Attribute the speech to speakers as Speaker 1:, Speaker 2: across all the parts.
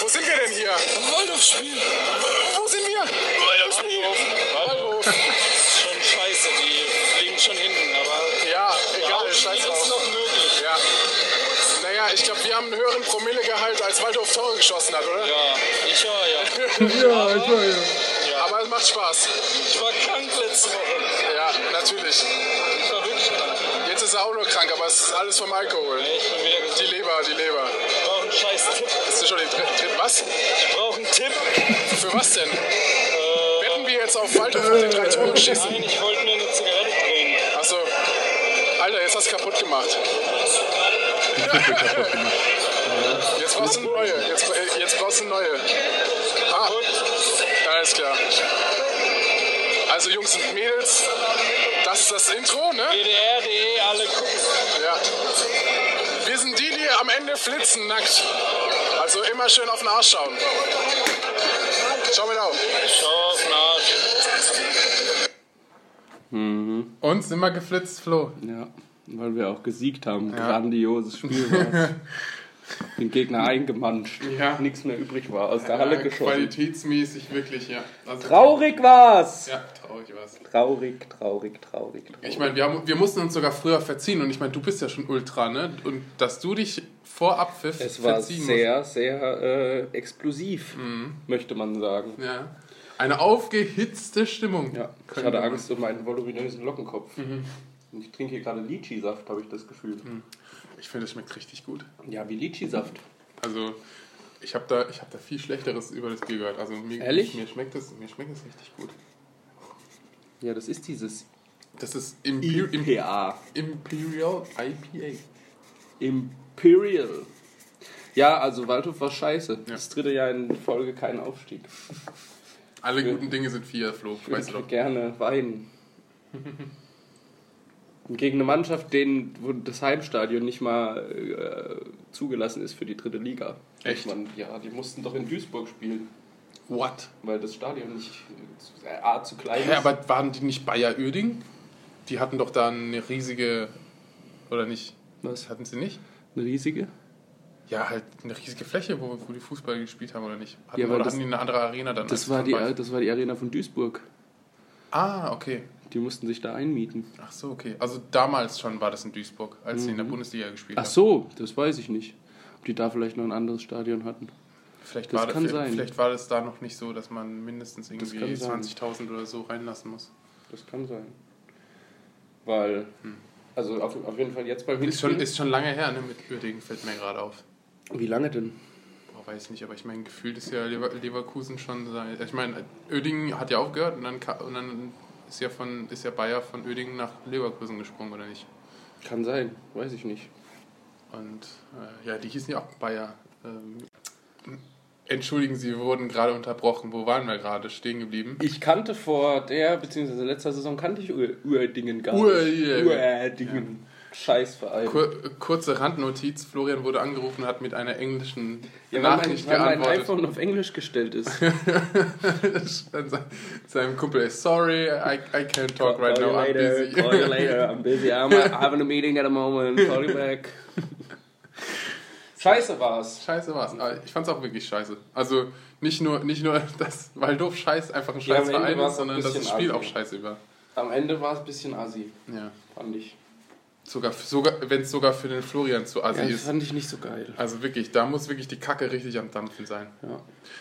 Speaker 1: Wo sind wir denn hier?
Speaker 2: Am Waldorfspiel.
Speaker 1: Wo sind wir?
Speaker 2: Waldorfspiel. Waldorf. schon scheiße, die liegen schon hinten, aber.
Speaker 1: Ja, egal, scheiß
Speaker 2: Jetzt
Speaker 1: drauf.
Speaker 2: noch möglich.
Speaker 1: Ja. Naja, ich glaube, wir haben einen höheren Promillegehalt, als Waldorf Tore geschossen hat, oder?
Speaker 2: Ja, ich war ja. also-
Speaker 3: Ja, ich war ja.
Speaker 2: ja.
Speaker 1: Aber es macht Spaß.
Speaker 2: ich war krank letzte Woche.
Speaker 1: Ja, natürlich.
Speaker 2: Ich war wirklich krank.
Speaker 1: Jetzt ist er auch nur krank, aber es ist alles vom Alkohol.
Speaker 2: Ey, Ich bin wieder
Speaker 1: Die
Speaker 2: gesund.
Speaker 1: Leber, die Leber.
Speaker 2: Ich brauche einen scheiß Tipp.
Speaker 1: Ist das schon die dritte? Dritt, was?
Speaker 2: Ich brauche einen Tipp.
Speaker 1: Für was denn? Wetten wir jetzt auf Waldorf mit den drei Toren schießen?
Speaker 2: Nein, ich wollte mir eine Zigarette drehen.
Speaker 1: Achso. Alter, jetzt hast du kaputt gemacht. Jetzt brauchst du eine neue. Jetzt, äh, jetzt brauchst du eine neue. Ah, alles klar. Also Jungs und Mädels, das ist das Intro, ne?
Speaker 2: DDR.de, E, alle gucken.
Speaker 1: Ja. Wir sind die, die am Ende flitzen, nackt. Also immer schön auf den Arsch schauen. Schau mir auf.
Speaker 2: Schau auf den Arsch.
Speaker 3: Und sind wir geflitzt, Flo.
Speaker 4: Ja, weil wir auch gesiegt haben. Grandioses Spiel war Den Gegner eingemanscht.
Speaker 3: Ja.
Speaker 4: Nichts mehr übrig war. Aus der Halle geschossen.
Speaker 3: Qualitätsmäßig wirklich, ja. Also,
Speaker 4: Traurig war's!
Speaker 3: ja, traurig war's.
Speaker 4: Traurig, traurig, traurig, traurig.
Speaker 3: Ich meine, wir, haben- wir mussten uns sogar früher verziehen und ich meine, du bist ja schon Ultra, ne? Und dass du dich vor Abpfiff
Speaker 4: es war
Speaker 3: verziehen Mhm.
Speaker 4: sehr, sehr äh, explosiv, möchte man sagen.
Speaker 3: musst. Ja. Eine aufgehitzte Stimmung.
Speaker 4: Ja, ich
Speaker 3: Können
Speaker 4: hatte
Speaker 3: wir- Mhm.
Speaker 4: Angst um meinen voluminösen Lockenkopf. Und ich trinke hier gerade Litchi-Saft, habe ich das Gefühl.
Speaker 3: Ich finde, das schmeckt richtig gut.
Speaker 4: Ja, wie Litchi-Saft.
Speaker 3: Also, ich habe da, ich hab da viel Schlechteres über das Bier gehört. Also, mir,
Speaker 4: Ehrlich?
Speaker 3: Mir schmeckt, das, mir schmeckt das richtig gut.
Speaker 4: Ja, das ist dieses
Speaker 3: Das ist Imper Imper
Speaker 4: IPA.
Speaker 3: Imperial IPA.
Speaker 4: Imperial. Ja, also Waldhof war scheiße.
Speaker 3: Ja.
Speaker 4: Das dritte Jahr in Folge kein Aufstieg.
Speaker 3: Alle guten Dinge sind vier, Flo.
Speaker 4: Ich
Speaker 3: Weißt du
Speaker 4: würde
Speaker 3: doch.
Speaker 4: gerne weinen. Gegen eine Mannschaft, denen wo das Heimstadion nicht mal äh, zugelassen ist für die dritte Liga.
Speaker 3: Echt?
Speaker 4: Man, ja, die mussten doch in Duisburg spielen,
Speaker 3: What?
Speaker 4: weil das Stadion nicht äh, zu- äh, A zu klein ist.
Speaker 3: Ja, aber waren die nicht Bayer Uerding? Die hatten doch da eine riesige. Oder nicht?
Speaker 4: Was?
Speaker 3: Hatten sie nicht?
Speaker 4: Eine riesige?
Speaker 3: Ja, halt eine riesige Fläche, wo, wo die Fußball gespielt haben, oder nicht? Hatten,
Speaker 4: Ja, aber
Speaker 3: oder
Speaker 4: das-
Speaker 3: hatten die eine andere Arena dann? als
Speaker 4: Das war,
Speaker 3: von
Speaker 4: die,
Speaker 3: Bayern?
Speaker 4: äh, das war die Arena von Duisburg.
Speaker 3: Ah, okay.
Speaker 4: Die mussten sich da einmieten.
Speaker 3: Ach so, okay. Also damals schon war das in Duisburg, als sie in der Bundesliga gespielt
Speaker 4: Mhm. Ach
Speaker 3: haben.
Speaker 4: so, das weiß ich nicht. Ob die da vielleicht noch ein anderes Stadion hatten.
Speaker 3: Vielleicht,
Speaker 4: Das
Speaker 3: war das,
Speaker 4: kann sein.
Speaker 3: vielleicht war das da noch nicht so, dass man mindestens irgendwie
Speaker 4: kann sein.
Speaker 3: 20.000 oder so reinlassen muss.
Speaker 4: Das kann sein. Weil, also auf, auf jeden Fall jetzt beim
Speaker 3: Hm. Ist schon,
Speaker 4: Hinspiel-
Speaker 3: ist schon lange her, ne? Mit Uerdingen fällt mir gerade auf.
Speaker 4: Wie lange denn?
Speaker 3: Boah, weiß nicht, aber ich meine, gefühlt ist ja Lever Leverkusen schon sein. äh, Ich meine, Uerdingen hat ja aufgehört und dann, ka- und dann ist, ja von, ist ja Bayer von Uerdingen nach Leverkusen gesprungen, oder nicht?
Speaker 4: Kann sein, weiß ich nicht.
Speaker 3: Und äh, ja, die hießen ja auch Bayer. Ähm, entschuldigen Sie, wir wurden gerade unterbrochen. Wo waren wir gerade? Stehen geblieben?
Speaker 4: Ich kannte vor der, beziehungsweise letzter Saison kannte ich Ur- Uerdingen gar nicht.
Speaker 3: Ur- ja.
Speaker 4: Uerdingen. Scheißverein.
Speaker 3: Kur kurze Randnotiz: Florian wurde angerufen und hat mit einer englischen
Speaker 4: Ja, weil mein,
Speaker 3: Nachricht
Speaker 4: weil mein
Speaker 3: geantwortet.
Speaker 4: iPhone auf Englisch gestellt ist.
Speaker 3: An se- seinem Kumpel: ey, Sorry, I, I can't talk right now.
Speaker 4: Call you
Speaker 3: I'm
Speaker 4: later,
Speaker 3: busy.
Speaker 4: call you later, I'm busy, I'm having a meeting at the moment, call you back. Scheiße war's.
Speaker 3: Scheiße war's. Aber ich fand's auch wirklich scheiße. Also nicht nur, nicht nur dass Waldorf scheiß einfach ein scheiß
Speaker 4: am Ende
Speaker 3: Verein
Speaker 4: war's
Speaker 3: ist,
Speaker 4: auch
Speaker 3: sondern
Speaker 4: ein
Speaker 3: dass das
Speaker 4: bisschen
Speaker 3: Spiel
Speaker 4: assi.
Speaker 3: auch scheiße war.
Speaker 4: Am Ende war es ein bisschen assi,
Speaker 3: Ja.
Speaker 4: fand ich.
Speaker 3: Sogar, sogar wenn es sogar für den Florian zu assi
Speaker 4: Ja, das
Speaker 3: ist.
Speaker 4: fand ich nicht so geil.
Speaker 3: Also wirklich, da muss wirklich die Kacke richtig am Dampfen sein.
Speaker 4: Ja.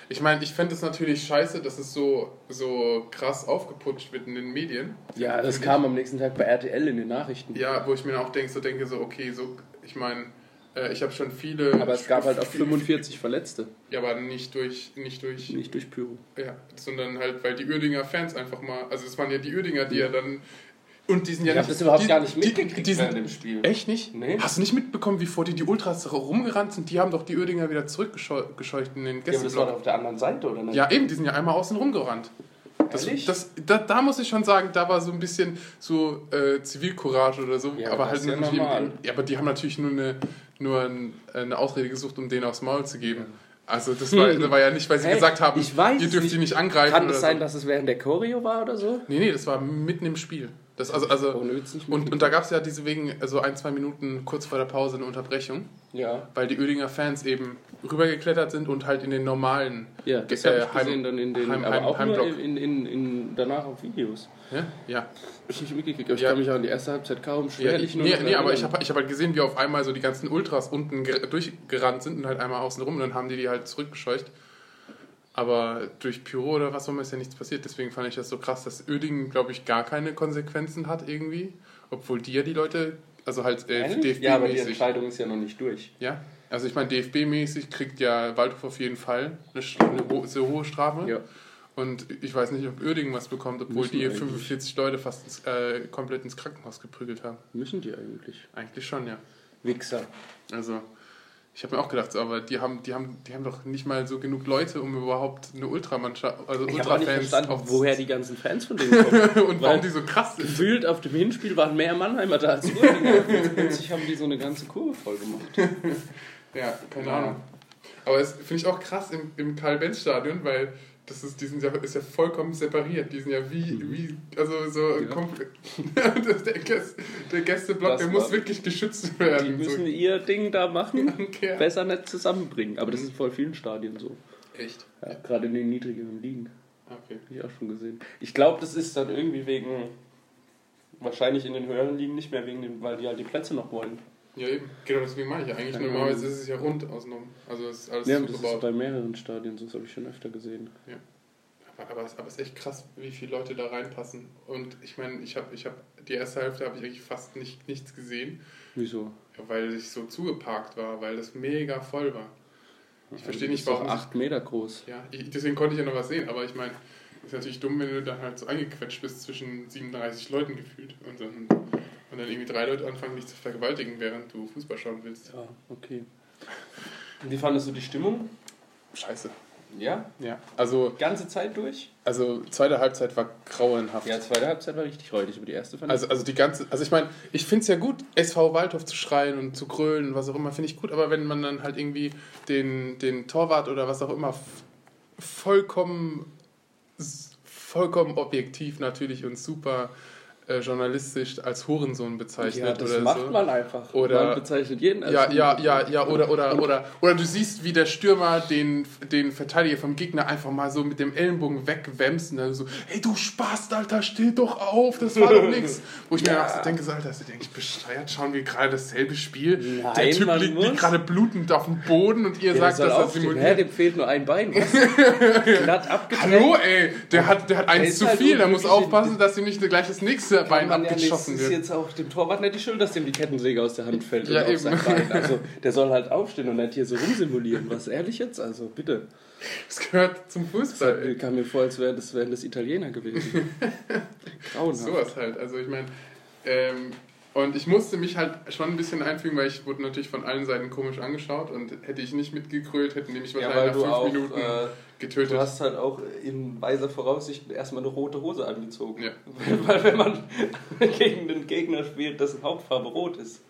Speaker 3: Ich meine, ich fände es natürlich scheiße, dass es so, so krass aufgeputscht wird in den Medien.
Speaker 4: Ja, das kam am nächsten Tag bei RTL in den Nachrichten.
Speaker 3: Ja, wo ich mir auch denke, so denke, so, okay, so, ich meine, äh, ich habe schon viele.
Speaker 4: Aber es gab halt auch
Speaker 3: viele-
Speaker 4: 45 Verletzte,
Speaker 3: Ja, aber nicht durch, nicht durch
Speaker 4: nicht durch Pyro.
Speaker 3: Ja, sondern halt, weil die Uerdinger Fans einfach mal, also es waren ja die Uerdinger, die ja dann. Und die sind ja
Speaker 4: Ich hab das überhaupt
Speaker 3: die,
Speaker 4: gar nicht
Speaker 3: die-
Speaker 4: mitgekriegt
Speaker 3: die sind-
Speaker 4: während dem Spiel.
Speaker 3: Echt nicht?
Speaker 4: Nee.
Speaker 3: Hast du nicht mitbekommen, wie vor dir die Ultras rumgerannt sind? Die haben doch die Uerdinger wieder zurückgescheucht in den
Speaker 4: Ja, aber das war doch
Speaker 3: Gästeblock.
Speaker 4: auf der anderen Seite, oder nicht?
Speaker 3: Ja, eben, die sind ja einmal außen rumgerannt. Das,
Speaker 4: Ehrlich?
Speaker 3: Also das, da, da muss ich schon sagen, da war so ein bisschen so äh, Zivilcourage oder so.
Speaker 4: Ja,
Speaker 3: aber
Speaker 4: das
Speaker 3: halt
Speaker 4: ist ja
Speaker 3: irgendwie-
Speaker 4: normal.
Speaker 3: ja, aber die haben natürlich nur eine, nur ein, eine Ausrede gesucht, um denen aufs Maul zu geben. Also das war, das war ja nicht, weil sie
Speaker 4: Hey,
Speaker 3: gesagt haben,
Speaker 4: Hm. ich weiß
Speaker 3: ihr
Speaker 4: es
Speaker 3: dürft
Speaker 4: nicht.
Speaker 3: die nicht angreifen.
Speaker 4: Kann
Speaker 3: oder
Speaker 4: es sein,
Speaker 3: so.
Speaker 4: dass es während der Choreo war oder so?
Speaker 3: Nee, nee, das war mitten im Spiel. Das, also, also,
Speaker 4: Ohne Witz Oh, nicht
Speaker 3: und, und da gab es ja deswegen so ein, zwei Minuten kurz vor der Pause eine Unterbrechung,
Speaker 4: Ja.
Speaker 3: weil die Oedinger Fans eben rübergeklettert sind und halt in den normalen
Speaker 4: Ja, das
Speaker 3: äh,
Speaker 4: habe ich
Speaker 3: Heim-
Speaker 4: gesehen dann in den,
Speaker 3: Heim-
Speaker 4: aber
Speaker 3: Heim-
Speaker 4: auch nur
Speaker 3: Heimblock.
Speaker 4: in, in, in, danach auf Videos.
Speaker 3: Ja, ja.
Speaker 4: Hab Ich nicht mitgekriegt, aber ich
Speaker 3: Ja.
Speaker 4: kann mich auch an die erste Halbzeit kaum
Speaker 3: ja
Speaker 4: schwerlich
Speaker 3: ich,
Speaker 4: nur
Speaker 3: nee,
Speaker 4: noch
Speaker 3: nee, aber
Speaker 4: erinnern.
Speaker 3: ich habe ich hab halt gesehen, wie auf einmal so die ganzen Ultras unten ger- durchgerannt sind und halt einmal außen rum und dann haben die die halt zurückgescheucht. Aber durch Pyro oder was auch immer ist ja nichts passiert. Deswegen fand ich das so krass, dass Uerdingen, glaube ich, gar keine Konsequenzen hat irgendwie. Obwohl die ja die Leute, also halt äh,
Speaker 4: Ehrlich? Ja, aber die
Speaker 3: DFB-mäßig. Ja,
Speaker 4: Entscheidung ist ja noch nicht durch.
Speaker 3: also ich meine, DFB-mäßig kriegt ja Waldhof auf jeden Fall eine, Sch- eine ho sehr hohe Strafe.
Speaker 4: Ja.
Speaker 3: Und ich weiß nicht, ob Uerdingen was bekommt, obwohl
Speaker 4: Müssen
Speaker 3: die
Speaker 4: eigentlich.
Speaker 3: 45 Leute fast ins, äh, komplett ins Krankenhaus geprügelt haben.
Speaker 4: Müssen die eigentlich?
Speaker 3: Eigentlich schon, ja.
Speaker 4: Wichser.
Speaker 3: Also, ich habe mir auch gedacht, so, aber die haben, die, haben, die haben doch nicht mal so genug Leute, um überhaupt eine Ultramannschaft, also
Speaker 4: Ich habe auch nicht
Speaker 3: Ultrafans
Speaker 4: verstanden,
Speaker 3: auf-
Speaker 4: woher die ganzen Fans von denen kommen.
Speaker 3: und warum
Speaker 4: weil-
Speaker 3: die so krass sind.
Speaker 4: Gefühlt auf dem Hinspiel waren mehr Mannheimer da als Uerdinger. Plötzlich haben die so eine ganze Kurve voll gemacht.
Speaker 3: Ja, keine
Speaker 4: Ja.
Speaker 3: Ahnung. Aber das finde ich auch krass im, im Karl-Benz-Stadion, weil das ist, die sind ja, ist ja vollkommen separiert. Die sind ja wie, wie also so
Speaker 4: Hm. Ja.
Speaker 3: kom- der, Gäste, der Gästeblock,
Speaker 4: Das
Speaker 3: der muss
Speaker 4: war-
Speaker 3: wirklich geschützt
Speaker 4: Die
Speaker 3: werden.
Speaker 4: müssen ihr Ding da machen,
Speaker 3: so. Ja.
Speaker 4: besser nicht zusammenbringen. Aber das ist in voll vielen Stadien so.
Speaker 3: Echt? Ah,
Speaker 4: Ja, Gerade in den niedrigeren Ligen.
Speaker 3: Okay.
Speaker 4: Hab ich auch schon gesehen. Ich glaube, das ist dann irgendwie wegen. Wahrscheinlich in den höheren Ligen nicht mehr, wegen dem, weil die halt die Plätze noch wollen.
Speaker 3: Ja, eben. Genau deswegen mache ich ja eigentlich.
Speaker 4: Keine
Speaker 3: Normalerweise
Speaker 4: Ahnung.
Speaker 3: ist es ja rund außenrum. Also es ist alles
Speaker 4: Ja, das ist
Speaker 3: zugebaut.
Speaker 4: bei mehreren Stadien, so das habe ich schon öfter gesehen.
Speaker 3: Aber, aber, es- aber es ist echt krass, wie viele Leute da reinpassen. Und ich meine, ich habe ich hab, die erste Hälfte habe ich eigentlich fast nicht, nichts gesehen,
Speaker 4: Wieso?
Speaker 3: ja, weil ich so zugeparkt war, weil das mega voll war. Ich verstehe
Speaker 4: Du
Speaker 3: nicht,
Speaker 4: bist doch
Speaker 3: warum.
Speaker 4: acht Meter groß.
Speaker 3: Ja, ich, deswegen konnte ich ja noch was sehen, aber ich meine, ist natürlich dumm, wenn du dann halt so eingequetscht bist zwischen 37 Leuten gefühlt und dann, und dann irgendwie drei Leute anfangen, dich zu vergewaltigen, während du Fußball schauen willst.
Speaker 4: Ja, okay. Und wie fandest du die Stimmung?
Speaker 3: Scheiße.
Speaker 4: Ja?
Speaker 3: Ja, also,
Speaker 4: Ganze Zeit durch?
Speaker 3: also zweite Halbzeit war grauenhaft.
Speaker 4: Ja, zweite Halbzeit war richtig räudig, aber die erste fand
Speaker 3: Also, also die ganze, also ich meine, ich finde es ja gut, SV Waldhof zu schreien und zu grölen und was auch immer, finde ich gut, aber wenn man dann halt irgendwie den, den Torwart oder was auch immer f- vollkommen, s- vollkommen objektiv natürlich und super äh, journalistisch als Hurensohn
Speaker 4: ich
Speaker 3: bezeichnet
Speaker 4: ja, das
Speaker 3: oder
Speaker 4: macht
Speaker 3: so.
Speaker 4: man einfach.
Speaker 3: Oder-
Speaker 4: man bezeichnet jeden als
Speaker 3: Ja, ja, ja, ja, oder, oder, oder, oder du siehst, wie der Stürmer den, den Verteidiger vom Gegner einfach mal so mit dem Ellenbogen wegwämst und dann so, hey du Spaß, Alter, steh doch auf, das war doch nix. Wo ich mir
Speaker 4: Ja.
Speaker 3: auch so denke, so, Alter, sind die eigentlich bescheuert? Schauen wir gerade dasselbe Spiel? der
Speaker 4: Nein,
Speaker 3: Typ
Speaker 4: man
Speaker 3: liegt,
Speaker 4: muss.
Speaker 3: liegt gerade blutend auf dem Boden und ihr
Speaker 4: Der
Speaker 3: sagt,
Speaker 4: soll
Speaker 3: dass er
Speaker 4: aufstehen. Hä,
Speaker 3: simuliert.
Speaker 4: dem fehlt nur ein Bein. Was? Glatt abgetrennt.
Speaker 3: Hallo, ey, der hat, der hat eins
Speaker 4: ist
Speaker 3: zu
Speaker 4: halt
Speaker 3: viel, der muss
Speaker 4: unglücklich.
Speaker 3: aufpassen, dass ihm nicht gleich das nächste Bein
Speaker 4: Mann, ja, nee, es
Speaker 3: abgeschossen
Speaker 4: ist
Speaker 3: wird.
Speaker 4: jetzt auch dem Torwart nicht die Schuld, dass dem die Kettensäge aus der Hand fällt.
Speaker 3: Ja,
Speaker 4: und auf sein
Speaker 3: eben.
Speaker 4: Bein. Also, der soll halt aufstehen und nicht hier so rumsimulieren. Was, ehrlich jetzt? Also, bitte.
Speaker 3: Das gehört zum Fußball, ey.
Speaker 4: Ich kam mir vor, als wären das, wären das Italiener gewesen. Grauenhaft.
Speaker 3: Sowas halt. Also ich meine, ähm, und ich musste mich halt schon ein bisschen einfügen, weil ich wurde natürlich von allen Seiten komisch angeschaut und hätte ich nicht mitgekrölt, hätten die mich
Speaker 4: Ja,
Speaker 3: wahrscheinlich nach
Speaker 4: weil du
Speaker 3: fünf
Speaker 4: auch,
Speaker 3: Minuten
Speaker 4: äh, du
Speaker 3: getötet.
Speaker 4: hast halt auch in weiser Voraussicht erstmal eine rote Hose angezogen.
Speaker 3: Ja.
Speaker 4: Weil wenn man gegen den Gegner spielt, dessen Hauptfarbe rot ist,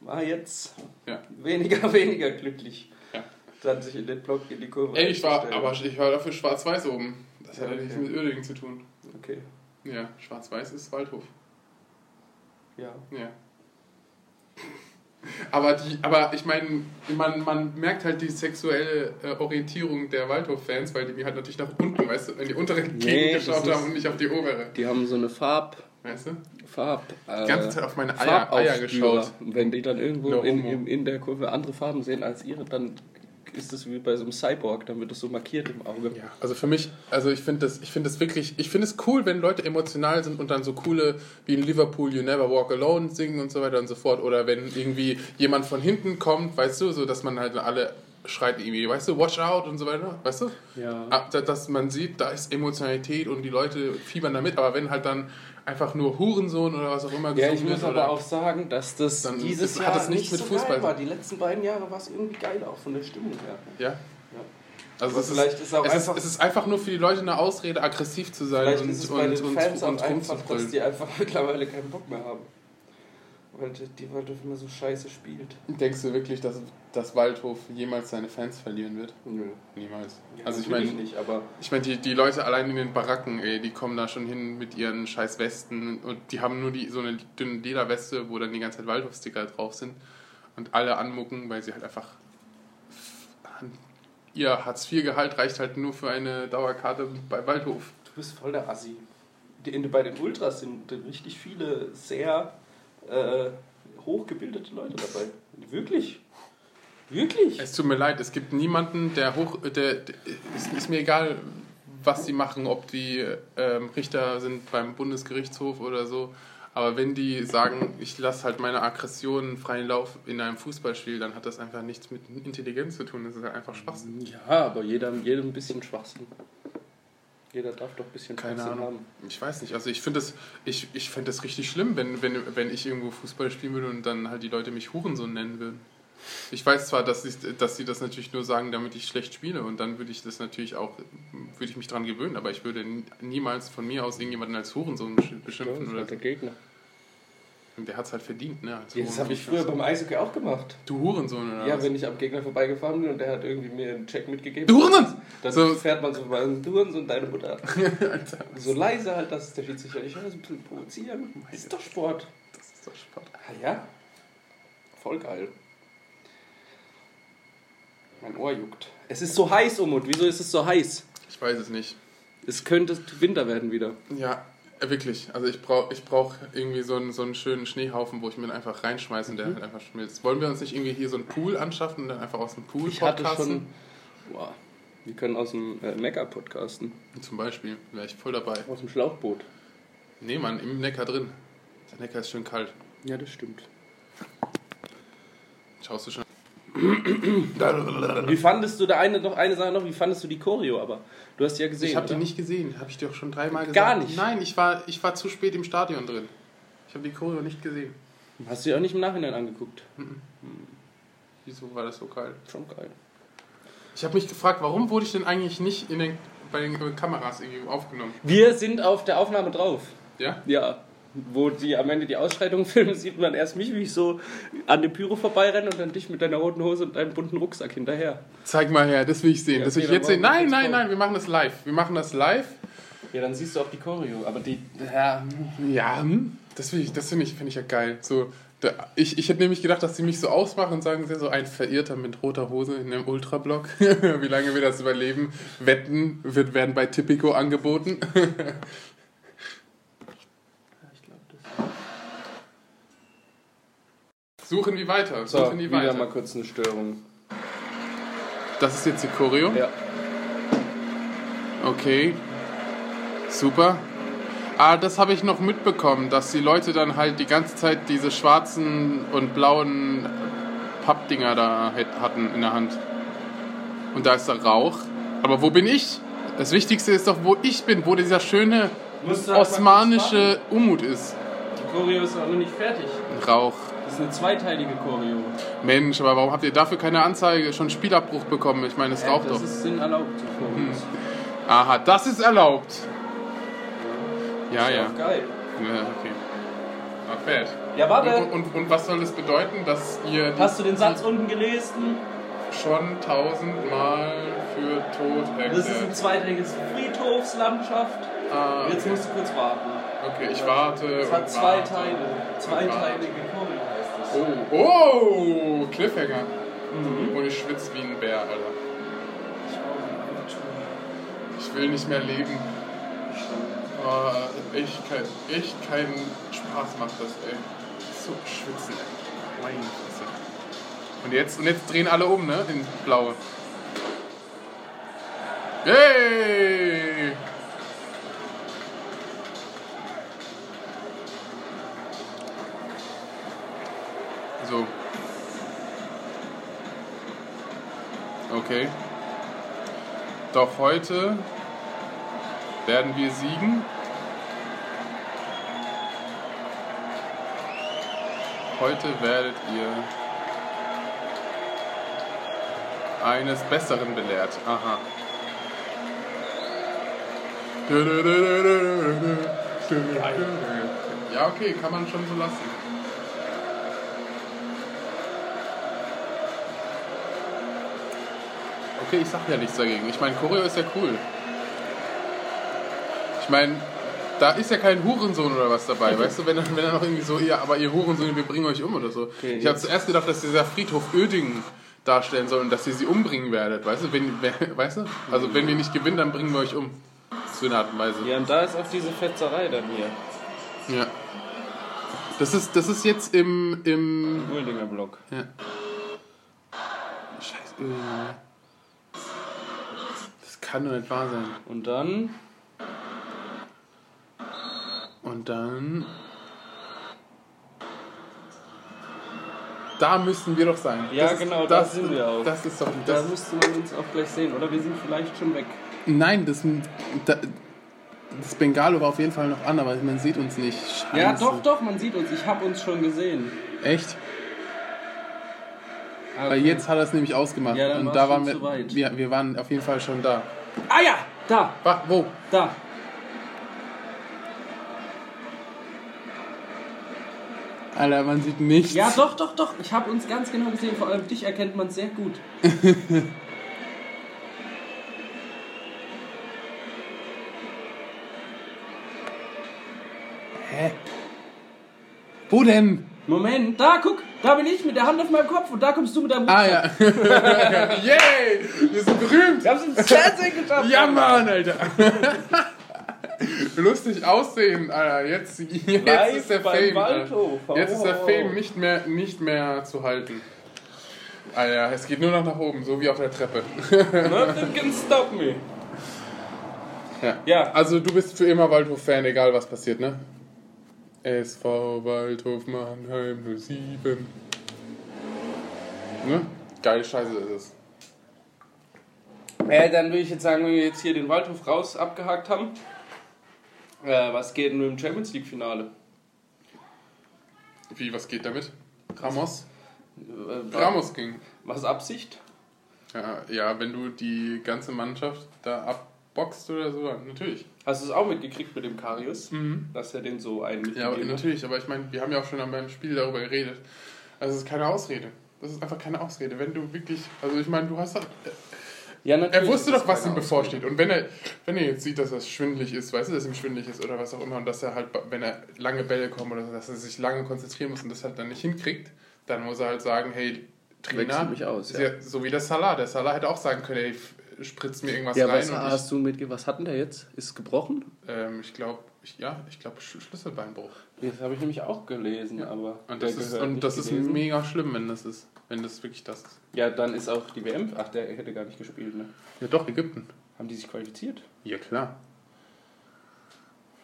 Speaker 4: war jetzt
Speaker 3: Ja.
Speaker 4: weniger, weniger glücklich.
Speaker 3: Ja.
Speaker 4: Dann sich in den Block in die Kurve
Speaker 3: Ey, ich war,
Speaker 4: einzustellen.
Speaker 3: aber ich war dafür schwarz-weiß oben. Das
Speaker 4: Ja,
Speaker 3: hat ja
Speaker 4: okay.
Speaker 3: nichts mit Uerdingen zu tun.
Speaker 4: Okay,
Speaker 3: Ja, schwarz-weiß ist Waldhof.
Speaker 4: ja.
Speaker 3: Ja. Aber, die, aber ich meine, man, man merkt halt die sexuelle äh, Orientierung der Waldhof-Fans, weil die halt natürlich nach unten, weißt du, in die untere Gegend
Speaker 4: Nee, das
Speaker 3: geschaut
Speaker 4: ist-
Speaker 3: haben und nicht auf die obere.
Speaker 4: Die haben so eine Farb...
Speaker 3: Weißt du?
Speaker 4: Farb äh,
Speaker 3: Die ganze Zeit auf meine Eier, Eier geschaut.
Speaker 4: Und Wenn die dann irgendwo
Speaker 3: No
Speaker 4: in,
Speaker 3: homo.
Speaker 4: in, in der Kurve andere Farben sehen als ihre, dann ist das wie bei so einem Cyborg, dann wird das so markiert im Auge.
Speaker 3: Ja, also für mich, also ich finde das, ich finde das wirklich, ich finde es cool, wenn Leute emotional sind und dann so coole wie in Liverpool You Never Walk Alone singen und so weiter und so fort. Oder wenn irgendwie jemand von hinten kommt, weißt du, so dass man halt alle schreit irgendwie, weißt du, watch out und so weiter, weißt du?
Speaker 4: Ja.
Speaker 3: Ab- da- Dass man sieht, da ist Emotionalität und die Leute fiebern damit, aber wenn halt dann einfach nur Hurensohn oder was auch immer
Speaker 4: Ja, ich muss
Speaker 3: wird
Speaker 4: aber
Speaker 3: oder-
Speaker 4: auch sagen, dass das
Speaker 3: Dann
Speaker 4: dieses
Speaker 3: hat
Speaker 4: Jahr
Speaker 3: es nicht mit Fußball
Speaker 4: geil war.
Speaker 3: zu
Speaker 4: Die letzten beiden Jahre war es irgendwie geil, auch von der Stimmung her.
Speaker 3: Ja. Also
Speaker 4: Aber
Speaker 3: es
Speaker 4: vielleicht ist auch
Speaker 3: es,
Speaker 4: einfach-
Speaker 3: ist, es ist einfach nur für die Leute eine Ausrede, aggressiv zu sein
Speaker 4: Vielleicht
Speaker 3: und,
Speaker 4: ist es bei
Speaker 3: und,
Speaker 4: den
Speaker 3: und,
Speaker 4: Fans
Speaker 3: und
Speaker 4: auch einfach, dass
Speaker 3: rumzubrüllen.
Speaker 4: die einfach mittlerweile keinen Bock mehr haben. Weil die- die Waldhof immer so scheiße spielt.
Speaker 3: Denkst du wirklich, dass, dass Waldhof jemals seine Fans verlieren wird?
Speaker 4: Nö.
Speaker 3: Niemals.
Speaker 4: Ja,
Speaker 3: also ich
Speaker 4: natürlich
Speaker 3: meine,
Speaker 4: nicht, aber
Speaker 3: ich meine, die, die Leute allein in den Baracken, ey, die kommen da schon hin mit ihren scheiß Westen und die haben nur die, so eine dünne Lederweste, wo dann die ganze Zeit Waldhof-Sticker drauf sind und alle anmucken, weil sie halt einfach ihr Hartz-IV-Gehalt reicht halt nur für eine Dauerkarte bei Waldhof.
Speaker 4: du bist voll der Assi. Die, in- bei den Ultras sind sind richtig viele sehr äh, hochgebildete Leute dabei. Wirklich. Wirklich.
Speaker 3: Es tut mir leid, es gibt niemanden, der hoch. Der, der, ist, ist mir egal, was sie machen, ob die ähm, Richter sind beim Bundesgerichtshof oder so. Aber wenn die sagen, ich lasse halt meine Aggressionen freien Lauf in einem Fußballspiel, dann hat das einfach nichts mit Intelligenz zu tun. Das ist halt einfach Schwachsinn.
Speaker 4: Ja, aber jeder, jeder ein bisschen Schwachsinn. Jeder darf doch ein bisschen
Speaker 3: Keine
Speaker 4: Schwachsinn
Speaker 3: Ahnung.
Speaker 4: haben.
Speaker 3: Ich weiß nicht. Also ich finde das, ich, ich fänd das richtig schlimm, wenn, wenn, wenn ich irgendwo Fußball spielen würde und dann halt die Leute mich Hurensohn nennen würden. Ich weiß zwar, dass sie, dass sie das natürlich nur sagen, damit ich schlecht spiele und dann würde ich das natürlich auch, würde ich mich dran gewöhnen, aber ich würde nie- niemals von mir aus irgendjemanden als Hurensohn besch- beschimpfen oder so.
Speaker 4: der Gegner.
Speaker 3: Und der hat es halt verdient, ne? Als
Speaker 4: Ja, das
Speaker 3: Hurensohn.
Speaker 4: habe ich früher beim Eishockey auch gemacht.
Speaker 3: Du Hurensohn oder
Speaker 4: Ja,
Speaker 3: was?
Speaker 4: wenn ich am Gegner vorbeigefahren bin und der hat irgendwie mir einen Check mitgegeben.
Speaker 3: Du Hurensohn!
Speaker 4: Dann
Speaker 3: So-
Speaker 4: fährt man so vorbei und du und deine Mutter.
Speaker 3: Alter,
Speaker 4: So leise halt, dass der Schiedsrichter nicht hört, das ist ein bisschen provozieren. Ist doch Sport.
Speaker 3: das ist doch Sport.
Speaker 4: Ah ja? Voll geil. Mein Ohr juckt. Es ist so heiß, Umut. Wieso ist es so heiß?
Speaker 3: Ich weiß es nicht.
Speaker 4: Es könnte Winter werden wieder.
Speaker 3: Ja, wirklich. Also ich brauche ich brauch irgendwie so einen, so einen schönen Schneehaufen, wo ich mir den einfach reinschmeiße und
Speaker 4: Mhm.
Speaker 3: der halt einfach schmilzt. Wollen wir uns nicht irgendwie hier so einen Pool anschaffen und dann einfach aus dem Pool
Speaker 4: Ich hatte schon. Boah, wir können aus dem äh, Mecker podcasten.
Speaker 3: Zum Beispiel, wäre ich voll dabei.
Speaker 4: Aus dem Schlauchboot.
Speaker 3: Nee, Mann, im Neckar drin. Der Neckar ist schön kalt.
Speaker 4: Ja, das stimmt.
Speaker 3: Schaust du schon.
Speaker 4: Wie fandest du da eine noch eine Sache noch? Wie fandest du die Choreo? Aber du hast die ja gesehen.
Speaker 3: Ich habe die
Speaker 4: oder?
Speaker 3: nicht gesehen, habe ich dir auch schon dreimal gesagt.
Speaker 4: Gar nicht?
Speaker 3: Nein, ich war, ich war zu spät im Stadion drin. Ich habe die Choreo nicht gesehen.
Speaker 4: Hast du die auch nicht im Nachhinein angeguckt?
Speaker 3: Wieso war das so kalt?
Speaker 4: Schon geil.
Speaker 3: Ich habe mich gefragt, warum wurde ich denn eigentlich nicht in den, bei den Kameras irgendwie aufgenommen?
Speaker 4: Wir sind auf der Aufnahme drauf.
Speaker 3: Ja?
Speaker 4: Ja. Wo die am Ende die Ausschreitung filmen, sieht man erst mich, wie ich so an dem Pyro vorbeirenne und dann dich mit deiner roten Hose und deinem bunten Rucksack hinterher.
Speaker 3: Zeig mal her, das will ich sehen.
Speaker 4: Ja,
Speaker 3: das will ich
Speaker 4: okay,
Speaker 3: jetzt
Speaker 4: dann
Speaker 3: sehen.
Speaker 4: machen wir
Speaker 3: Nein,
Speaker 4: jetzt
Speaker 3: nein,
Speaker 4: voll.
Speaker 3: nein, wir machen das live. Wir machen das live.
Speaker 4: Ja, dann siehst du auch die Choreo. Aber die. Ja.
Speaker 3: Ja, hm, das finde ich, das finde ich, finde ich ja geil. So, da, ich, ich hätte nämlich gedacht, dass sie mich so ausmachen und sagen, sehr so ein Verirrter mit roter Hose in einem Ultrablock. Wie lange wir das überleben? Wetten wird, werden bei Tipico angeboten.
Speaker 4: Ich glaube, das
Speaker 3: Suchen die weiter.
Speaker 4: So,
Speaker 3: Suchen die
Speaker 4: wieder mal
Speaker 3: weiter.
Speaker 4: kurz eine Störung.
Speaker 3: Das ist jetzt die Choreo.
Speaker 4: Ja.
Speaker 3: Okay. Super. Ah, das habe ich noch mitbekommen, dass die Leute dann halt die ganze Zeit diese schwarzen und blauen Pappdinger da het- hatten in der Hand. Und da ist der Rauch. Aber wo bin ich? Das Wichtigste ist doch, wo ich bin, wo dieser schöne osmanische Umut ist.
Speaker 4: Die Choreo ist auch noch nicht fertig.
Speaker 3: Rauch.
Speaker 4: Das ist eine zweiteilige Choreo.
Speaker 3: Mensch, aber warum habt ihr dafür keine Anzeige, schon Spielabbruch bekommen? Ich meine, es raucht
Speaker 4: das
Speaker 3: doch.
Speaker 4: ist Hm. sind erlaubt, die Choreos.
Speaker 3: Aha, das ist erlaubt. Ja,
Speaker 4: Ist
Speaker 3: ja.
Speaker 4: auch geil.
Speaker 3: Ja, okay. Not bad.
Speaker 4: Ja,
Speaker 3: Und,
Speaker 4: warte.
Speaker 3: und, und was soll das bedeuten, dass ihr die
Speaker 4: Hast du den Satz unten gelesen?
Speaker 3: schon tausendmal für tot
Speaker 4: Das ist ein
Speaker 3: erklärt?
Speaker 4: zweiteiliges Friedhofslandschaft.
Speaker 3: Ah,
Speaker 4: Jetzt
Speaker 3: okay.
Speaker 4: musst du kurz warten.
Speaker 3: okay, ich warte.
Speaker 4: Es hat
Speaker 3: und
Speaker 4: zwei
Speaker 3: warte.
Speaker 4: Teile. Zweiteilige Choreo heißt es.
Speaker 3: Oh, oh Cliffhanger.
Speaker 4: Mhm.
Speaker 3: Und ich schwitze wie ein Bär, Alter. Ich will nicht mehr leben. Oh, echt, kein, echt keinen Spaß macht das, ey. So schwitzen, ey. Meine Fresse. Und jetzt, und jetzt drehen alle um, ne? In blaue. Hey! So. Okay. Doch heute werden wir siegen. Heute werdet ihr eines Besseren belehrt. Aha. Ja, okay, kann man schon so lassen. Okay, ich sag ja nichts dagegen. Ich meine, Choreo ist ja cool. Ich meine, da ist ja kein Hurensohn oder was dabei, weißt du? Wenn, dann- wenn er noch irgendwie so, ja, aber ihr Hurensöhne, wir bringen euch um oder so. ich habe zuerst gedacht, dass dieser Friedhof Ödingen darstellen soll und dass ihr sie umbringen werdet, weißt du? Wenn, we- weißt du? Also, wenn wir nicht gewinnen, dann bringen wir euch um. So eine Art und Weise.
Speaker 4: Ja, und da ist auch diese Fetzerei dann hier.
Speaker 3: Ja. Das ist, das ist jetzt im, im
Speaker 4: Uldinger Block.
Speaker 3: Ja. Scheiße. äh. Das kann doch nicht wahr sein.
Speaker 4: Und dann
Speaker 3: Und dann. Da müssten wir doch sein.
Speaker 4: Ja,
Speaker 3: ist-
Speaker 4: genau, da
Speaker 3: das,
Speaker 4: sind wir auch.
Speaker 3: Das ist doch.
Speaker 4: Da
Speaker 3: Das,
Speaker 4: müsste man uns auch gleich sehen, oder? Wir sind vielleicht schon weg.
Speaker 3: nein, das, da, das Bengalo war auf jeden Fall noch an, aber man sieht uns nicht. Scheiße.
Speaker 4: Ja, doch, doch, man sieht uns. Ich hab uns schon gesehen.
Speaker 3: Echt?
Speaker 4: Ah,
Speaker 3: Weil
Speaker 4: okay.
Speaker 3: jetzt hat er es nämlich ausgemacht.
Speaker 4: Ja, dann
Speaker 3: Und
Speaker 4: war's
Speaker 3: da
Speaker 4: schon
Speaker 3: waren wir,
Speaker 4: zu weit.
Speaker 3: wir. Wir waren auf jeden Fall schon da.
Speaker 4: Ah ja! Da!
Speaker 3: Wa- Wo?
Speaker 4: Da!
Speaker 3: Alter, man sieht nichts.
Speaker 4: Ja, doch, doch, doch. Ich hab uns ganz genau gesehen. Vor allem dich erkennt man sehr gut.
Speaker 3: Wo denn?
Speaker 4: Moment, da guck! Da bin ich mit der Hand auf meinem Kopf und da kommst du mit deinem
Speaker 3: Ah ja. Yay! Wir sind berühmt!
Speaker 4: Wir haben es ins Fernsehen geschafft!
Speaker 3: Ja, Mann, Alter! Lustig aussehen, Alter. Jetzt, jetzt
Speaker 5: Live
Speaker 3: ist der
Speaker 5: beim
Speaker 3: Fame. Alter.
Speaker 5: Waldhof.
Speaker 3: Jetzt ist der
Speaker 5: Oh.
Speaker 3: Fame nicht mehr, nicht mehr zu halten. Alter, es geht nur noch nach oben, so wie auf der Treppe.
Speaker 4: Nothing Ne, can stop me!
Speaker 3: Ja.
Speaker 4: Ja.
Speaker 3: Also du bist für immer Waldhof-Fan, egal was passiert, ne? SV Waldhof Mannheim 07. Ne? Geile Scheiße ist es.
Speaker 4: Äh, dann würde ich jetzt sagen, wenn wir jetzt hier den Waldhof raus abgehakt haben, äh, was geht denn mit dem Champions League Finale?
Speaker 3: Wie, was geht damit? Ramos?
Speaker 4: Äh,
Speaker 3: Ramos ging.
Speaker 4: Was Absicht?
Speaker 3: Ja, ja, wenn du die ganze Mannschaft da abboxt oder so, dann natürlich.
Speaker 4: Hast du es auch mitgekriegt mit dem Karius? Dass er den so einen
Speaker 3: Mhm. Ja, aber,
Speaker 4: mitgegeben hat?
Speaker 3: natürlich, aber ich meine, wir haben ja auch schon beim Spiel darüber geredet. Also es ist keine Ausrede. Das ist einfach keine Ausrede. Wenn du wirklich, also ich meine, du hast halt,
Speaker 4: ja, natürlich.
Speaker 3: er wusste
Speaker 4: ist
Speaker 3: doch, was
Speaker 4: keine
Speaker 3: ihm bevorsteht. Und wenn er, wenn er jetzt sieht, dass das schwindelig ist, weißt du, dass ihm schwindelig ist oder was auch immer, und dass er halt, wenn er lange Bälle kommen oder so, dass er sich lange konzentrieren muss und das halt dann nicht hinkriegt, dann muss er halt sagen, hey, Trainer,
Speaker 6: Wechsel mich aus, ja.
Speaker 3: sehr- so wie der Salah. Der Salah hätte auch sagen können, hey, f- spritz mir irgendwas
Speaker 6: Ja,
Speaker 3: rein.
Speaker 6: was
Speaker 3: und ich,
Speaker 6: hast du mitge... Was hatten der jetzt? Ist gebrochen?
Speaker 3: Ähm, ich glaube, ich, ja, ich glaube Sch Schlüsselbeinbruch.
Speaker 4: Ausrede. Das habe ich nämlich auch gelesen, aber.
Speaker 3: Und
Speaker 4: der
Speaker 3: das, ist,
Speaker 4: gehört
Speaker 3: und
Speaker 4: nicht
Speaker 3: das ist
Speaker 4: gelesen.
Speaker 3: mega schlimm, wenn das ist. Wenn das wirklich das ist.
Speaker 4: Ja, dann ist auch die WM. Ach, der hätte gar nicht gespielt, ne?
Speaker 3: Ja doch, Ägypten.
Speaker 4: Haben die sich qualifiziert?
Speaker 3: Ja klar.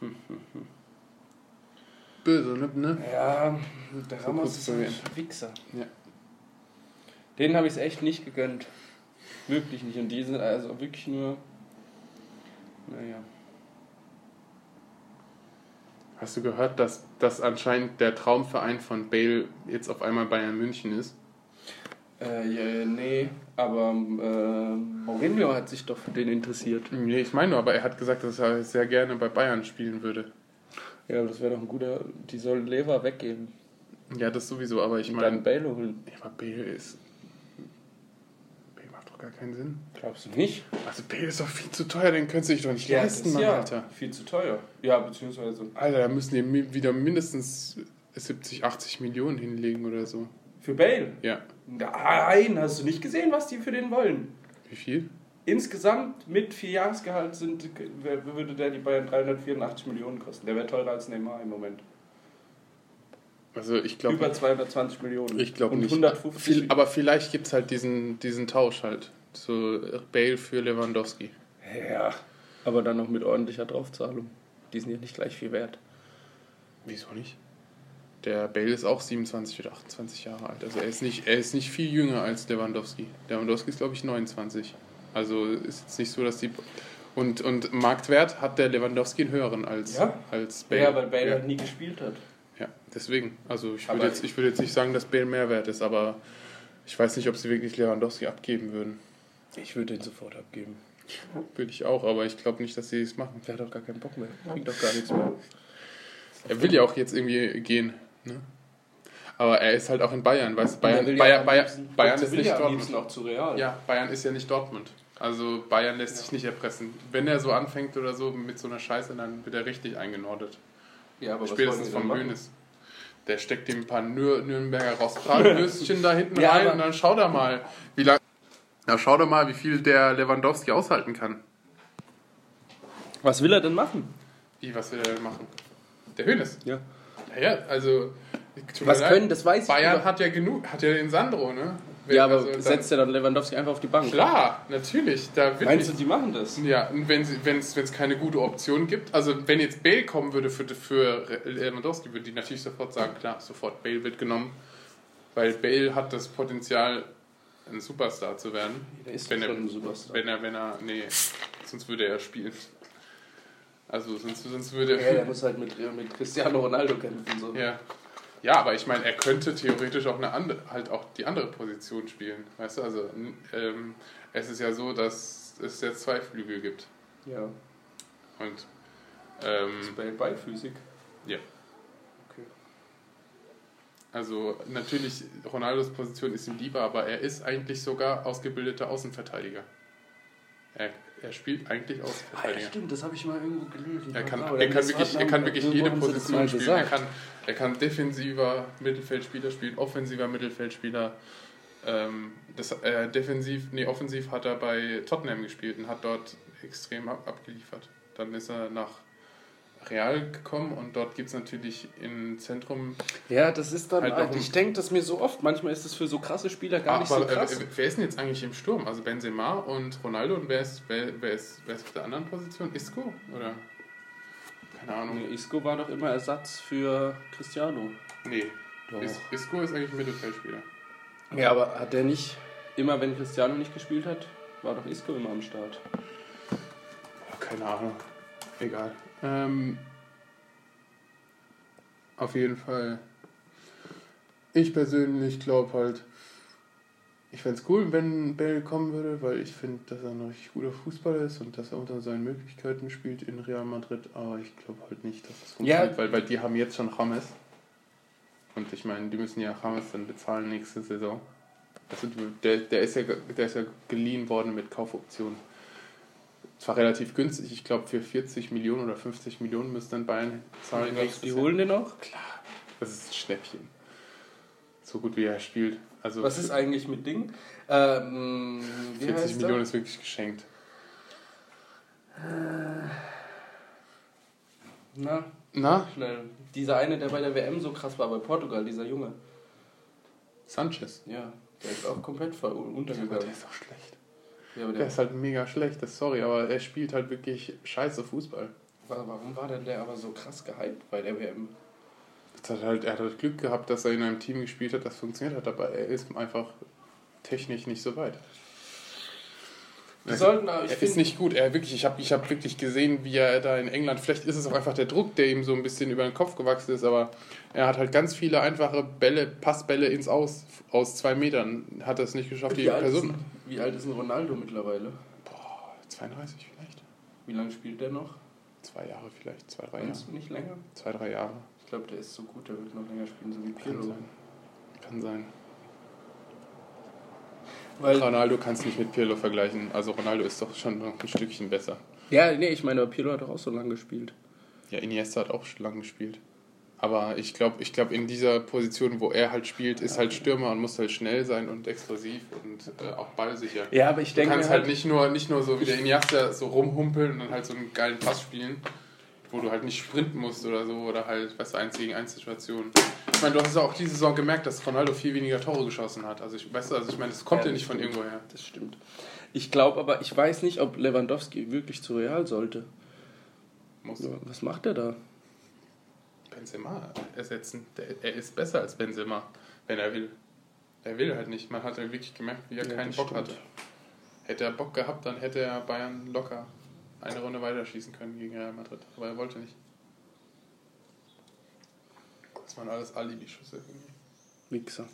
Speaker 3: Hm, Böse, ne? ne?
Speaker 4: Ja, der
Speaker 3: Ramos ist ein
Speaker 4: Wichser.
Speaker 3: Ja.
Speaker 4: Den habe ich es echt nicht gegönnt. Wirklich nicht. Und diese, also wirklich nur. Naja.
Speaker 3: Hast du gehört, dass, dass anscheinend der Traumverein von Bale jetzt auf einmal Bayern München ist?
Speaker 4: Äh, ja, nee, aber äh, Mourinho hat sich doch für den interessiert.
Speaker 3: Nee, ich meine nur, aber er hat gesagt, dass er sehr gerne bei Bayern spielen würde.
Speaker 4: Ja, aber das wäre doch ein guter. Die sollen Lever weggeben.
Speaker 3: Ja, das sowieso, aber ich
Speaker 4: Und
Speaker 3: meine.
Speaker 4: dann Bale holen.
Speaker 3: Ja, aber Bale ist. Bale macht doch gar keinen Sinn.
Speaker 4: Glaubst du nicht?
Speaker 3: Also Bale ist doch viel zu teuer, den könntest du dich doch nicht leisten, Mann, Alter.
Speaker 4: viel zu teuer. Ja, beziehungsweise.
Speaker 3: Alter, da müssen die mi- wieder mindestens 70, 80 Millionen hinlegen oder so.
Speaker 4: Für Bale?
Speaker 3: Ja.
Speaker 4: Nein, hast du nicht gesehen, was die für den wollen?
Speaker 3: Wie viel?
Speaker 4: Insgesamt mit vier Jahresgehalt sind, wer- würde der die Bayern 384 Millionen kosten. Der wäre teurer als Neymar im Moment.
Speaker 3: Also ich glaube.
Speaker 4: Über 220 Millionen.
Speaker 3: Ich glaube
Speaker 4: Und
Speaker 3: nicht.
Speaker 4: 150.
Speaker 3: Viel, aber vielleicht gibt es halt diesen, diesen Tausch halt. Zu Bale für Lewandowski.
Speaker 4: ja, aber dann noch mit ordentlicher Draufzahlung. Die sind ja nicht gleich viel wert.
Speaker 3: Wieso nicht? Der Bale ist auch 27 oder 28 Jahre alt. Also er ist nicht, er ist nicht viel jünger als Lewandowski. Lewandowski ist, glaube ich, 29. Also ist jetzt nicht so, dass die. Und, und Marktwert hat der Lewandowski einen höheren als,
Speaker 4: Ja?
Speaker 3: als Bale.
Speaker 4: Ja, weil Bale
Speaker 3: Ja.
Speaker 4: halt nie gespielt hat.
Speaker 3: Ja, deswegen. Also ich
Speaker 4: Aber-
Speaker 3: würde jetzt, ich würde jetzt nicht sagen, dass Bale mehr wert ist, aber ich weiß nicht, ob sie wirklich Lewandowski abgeben würden.
Speaker 4: Ich würde den sofort abgeben.
Speaker 3: Würde ich auch, aber ich glaube nicht, dass sie es machen.
Speaker 4: Der hat doch gar keinen Bock mehr. Bringt doch gar nichts mehr.
Speaker 3: Er will ja auch jetzt irgendwie gehen. Ne? Aber er ist halt auch in Bayern, weißt du,
Speaker 7: Äh,
Speaker 8: Der will
Speaker 3: Bayern, Bayern,
Speaker 8: ja am
Speaker 3: Bayern,
Speaker 8: liebsten-
Speaker 3: Bayern
Speaker 8: der
Speaker 3: ist
Speaker 8: will
Speaker 3: nicht
Speaker 8: ja am
Speaker 3: Dortmund.
Speaker 8: liebsten auch zu Real.
Speaker 3: Ja, Bayern ist ja nicht Dortmund. Also Bayern lässt sich nicht erpressen. Wenn er so anfängt oder so mit so einer Scheiße, dann wird er richtig eingenordet.
Speaker 7: Ja, aber wollen
Speaker 3: Spätestens vom
Speaker 7: wir denn machen?
Speaker 3: Bühnes. Der steckt ihm ein paar Nür Nürnberger Rostbratwürstchen da hinten
Speaker 8: Ja,
Speaker 3: rein
Speaker 8: aber-
Speaker 3: und dann schau da mal, wie lang. Na, schau doch mal, wie viel der Lewandowski aushalten kann.
Speaker 8: Was will er denn machen?
Speaker 3: Wie, was will er denn machen? Der Hönes.
Speaker 8: Ja.
Speaker 3: Naja, also. tut mir
Speaker 8: Was
Speaker 3: leid.
Speaker 8: können, das weiß ich
Speaker 3: Bayern
Speaker 8: über-
Speaker 3: hat ja genug, hat ja den Sandro, ne? Wenn
Speaker 8: Ja, aber
Speaker 3: also dann-
Speaker 8: setzt er dann Lewandowski einfach auf die Bank?
Speaker 3: Klar, natürlich. Da wird
Speaker 8: Meinst du, die machen das?
Speaker 3: Ja, und wenn es keine gute Option gibt, also wenn jetzt Bale kommen würde für, für Lewandowski, würde die natürlich sofort sagen, klar, sofort Bale wird genommen, weil Bale hat das Potenzial, ein Superstar zu werden.
Speaker 8: Der ist
Speaker 3: wenn,
Speaker 8: schon
Speaker 3: er,
Speaker 8: ein Superstar.
Speaker 3: wenn er, wenn er, nee, sonst würde er spielen. Also sonst, sonst würde
Speaker 7: Ja, der
Speaker 3: er...
Speaker 7: muss halt mit, mit Cristiano Ronaldo kämpfen. So.
Speaker 3: Ja. Ja, aber ich meine, er könnte theoretisch auch eine andere, halt auch die andere Position spielen. Weißt du, also n- ähm, es ist ja so, dass es jetzt zwei Flügel gibt.
Speaker 7: Ja,
Speaker 3: Und ähm,
Speaker 7: bei, bei Physik.
Speaker 3: ja.
Speaker 7: Okay.
Speaker 3: Also natürlich, Ronaldos Position ist ihm lieber, aber er ist eigentlich sogar ausgebildeter Außenverteidiger. Er, er spielt eigentlich
Speaker 7: Ah, ja,
Speaker 3: Außenverteidiger.
Speaker 7: stimmt, das habe ich mal irgendwo gelesen. Genau,
Speaker 3: Er kann,
Speaker 7: Ja,
Speaker 3: er kann
Speaker 7: das
Speaker 3: wirklich,
Speaker 7: hat-
Speaker 3: er kann
Speaker 7: haben-
Speaker 3: wirklich
Speaker 7: irgendwo
Speaker 3: jede
Speaker 7: haben sie das mal
Speaker 3: Position spielen. Er
Speaker 7: gesagt.
Speaker 3: kann, er kann defensiver Mittelfeldspieler spielen, offensiver Mittelfeldspieler. Ähm, das, äh, defensiv, nee, offensiv hat er bei Tottenham gespielt und hat dort extrem ab abgeliefert. Dann ist er nach Real gekommen und dort gibt es natürlich im Zentrum.
Speaker 8: Ja, das ist dann.
Speaker 3: Halt noch
Speaker 8: halt- Ah, ich
Speaker 3: ein-
Speaker 8: denke das mir so oft. Manchmal ist das für so krasse Spieler gar nicht so
Speaker 3: aber,
Speaker 8: krass.
Speaker 3: äh, wer ist denn jetzt eigentlich im Sturm? Also Benzema und Ronaldo und wer ist, wer, wer ist, wer ist auf der anderen Position? Isco? Oder? Keine Ahnung.
Speaker 8: Nee, Isco war doch immer Ersatz für Cristiano.
Speaker 3: Nee.
Speaker 8: Doch.
Speaker 3: Is Isco ist eigentlich ein Mittelfeldspieler.
Speaker 8: Ja, aber hat der nicht. Immer wenn Cristiano nicht gespielt hat, war doch Isco immer am Start.
Speaker 3: Ah, Keine Ahnung. Egal. Ähm, auf jeden Fall. Ich persönlich glaube halt, ich fände es cool, wenn Bell kommen würde, weil ich finde, dass er ein richtig guter Fußballer ist und dass er unter seinen Möglichkeiten spielt in Real Madrid. Aber ich glaube halt nicht, dass das funktioniert, weil, weil die haben jetzt schon James. Und ich meine, die müssen ja James dann bezahlen nächste Saison. Also der, der, ist ja, ge- der ist ja geliehen worden mit Kaufoption. Zwar relativ günstig, ich glaube für 40 Millionen oder 50 Millionen müssen dann Bayern zahlen. nächstes
Speaker 8: die
Speaker 3: Jahr.
Speaker 8: holen den noch?
Speaker 3: Das ist ein Schnäppchen. So gut wie er spielt. Also
Speaker 7: Was ist eigentlich mit Ding? Ähm, wie
Speaker 3: 40
Speaker 7: heißt
Speaker 3: Millionen ist wirklich geschenkt.
Speaker 7: Er? Äh, Na,
Speaker 3: Na,
Speaker 7: schnell. Dieser eine, der bei der WM so krass war, bei Portugal, dieser Junge.
Speaker 3: Sanchez.
Speaker 7: Ja, der ist auch komplett ver-
Speaker 3: Aber Oh der
Speaker 7: untergegangen.
Speaker 3: ist auch schlecht.
Speaker 7: Ja, aber
Speaker 3: Der
Speaker 7: der,
Speaker 3: ist halt mega schlecht, das sorry, aber er spielt halt wirklich scheiße Fußball.
Speaker 7: wa- warum war denn der aber so krass gehypt bei der WM?
Speaker 3: Das hat halt, er hat halt Glück gehabt, dass er in einem Team gespielt hat, das funktioniert hat, aber er ist einfach technisch nicht so weit.
Speaker 7: Wir
Speaker 3: Er-
Speaker 7: sollten aber, ich
Speaker 3: Er ist
Speaker 7: finde,
Speaker 3: nicht gut. Er wirklich, ich habe ich hab wirklich gesehen, wie er da in England, vielleicht ist es auch einfach der Druck, der ihm so ein bisschen über den Kopf gewachsen ist, aber er hat halt ganz viele einfache Bälle, Passbälle ins Aus, aus zwei Metern. Hat das nicht geschafft, die
Speaker 7: wie, alt ist,
Speaker 3: Person.
Speaker 7: wie alt ist ein Ronaldo mittlerweile?
Speaker 3: 32 vielleicht.
Speaker 7: Wie lange spielt der noch?
Speaker 3: Zwei Jahre vielleicht, zwei, drei Jahre.
Speaker 7: Meinst du nicht länger?
Speaker 3: Zwei, drei Jahre.
Speaker 7: Ich glaube, der ist so gut, der wird noch länger spielen, so wie
Speaker 3: Kann
Speaker 7: Pirlo.
Speaker 3: sein. Kann sein.
Speaker 7: Weil
Speaker 3: Ronaldo kannst du nicht mit Pirlo vergleichen. Also Ronaldo ist doch schon noch ein Stückchen besser.
Speaker 8: Ja, nee, ich meine, Pirlo hat doch auch so lange gespielt.
Speaker 3: Ja, Iniesta hat auch schon lange gespielt. Aber ich glaube, ich glaub, in dieser Position, wo er halt spielt, ist halt Stürmer und muss halt schnell sein und explosiv und äh, auch ballsicher.
Speaker 8: Ja, aber ich
Speaker 3: du
Speaker 8: denke
Speaker 3: kannst halt nicht nur, nicht nur so wie der Iniesta so rumhumpeln und dann halt so einen geilen Pass spielen, wo du halt nicht sprinten musst oder so oder halt, weißt du, 1 gegen 1 Situationen. Ich meine, du hast ja auch diese Saison gemerkt, dass Ronaldo viel weniger Tore geschossen hat. Also, ich, weißt du, also ich meine, das kommt
Speaker 8: Ja,
Speaker 3: ja,
Speaker 8: das
Speaker 3: nicht von irgendwo her.
Speaker 8: Das stimmt. Ich glaube aber, ich weiß nicht, ob Lewandowski wirklich zu Real sollte.
Speaker 3: Muss
Speaker 8: Ja, Was macht er da?
Speaker 3: Benzema ersetzen. Der, er ist besser als Benzema, wenn er will. Er will halt nicht. Man hat ja wirklich gemerkt, wie er
Speaker 8: Ja,
Speaker 3: keinen
Speaker 8: das
Speaker 3: Bock
Speaker 8: stimmt.
Speaker 3: hatte. Hätte er Bock gehabt, dann hätte er Bayern locker eine Runde weiterschießen können gegen Real Madrid. Aber er wollte nicht. Das waren alles Alibi-Schüsse. irgendwie.
Speaker 8: Wichser.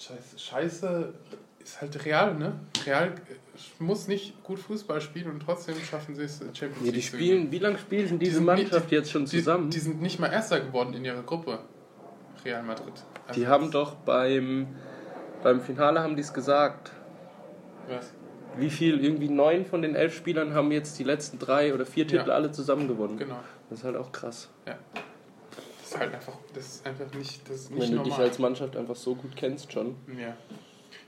Speaker 3: Scheiße, Scheiße ist halt real, ne? Real äh, muss nicht gut Fußball spielen und trotzdem schaffen sie es, Champions League
Speaker 8: Nee, die
Speaker 3: zu gewinnen.
Speaker 8: spielen, wie lange spielen denn diese
Speaker 3: sind nicht-
Speaker 8: Mannschaft jetzt schon
Speaker 3: Die,
Speaker 8: zusammen?
Speaker 3: die sind nicht mal Erster geworden in ihrer Gruppe. Real Madrid. Also,
Speaker 4: Die haben doch beim, beim Finale haben die es gesagt.
Speaker 3: was?
Speaker 4: Wie viel, irgendwie neun von den elf Spielern haben jetzt die letzten drei oder vier Titel
Speaker 3: Ja.
Speaker 4: alle zusammen gewonnen.
Speaker 3: Genau.
Speaker 4: Das ist halt auch krass.
Speaker 3: Das ist halt einfach, das ist einfach nicht, das ist nicht
Speaker 4: Wenn du
Speaker 3: normal.
Speaker 4: dich als Mannschaft einfach so gut kennst schon.
Speaker 3: Ja.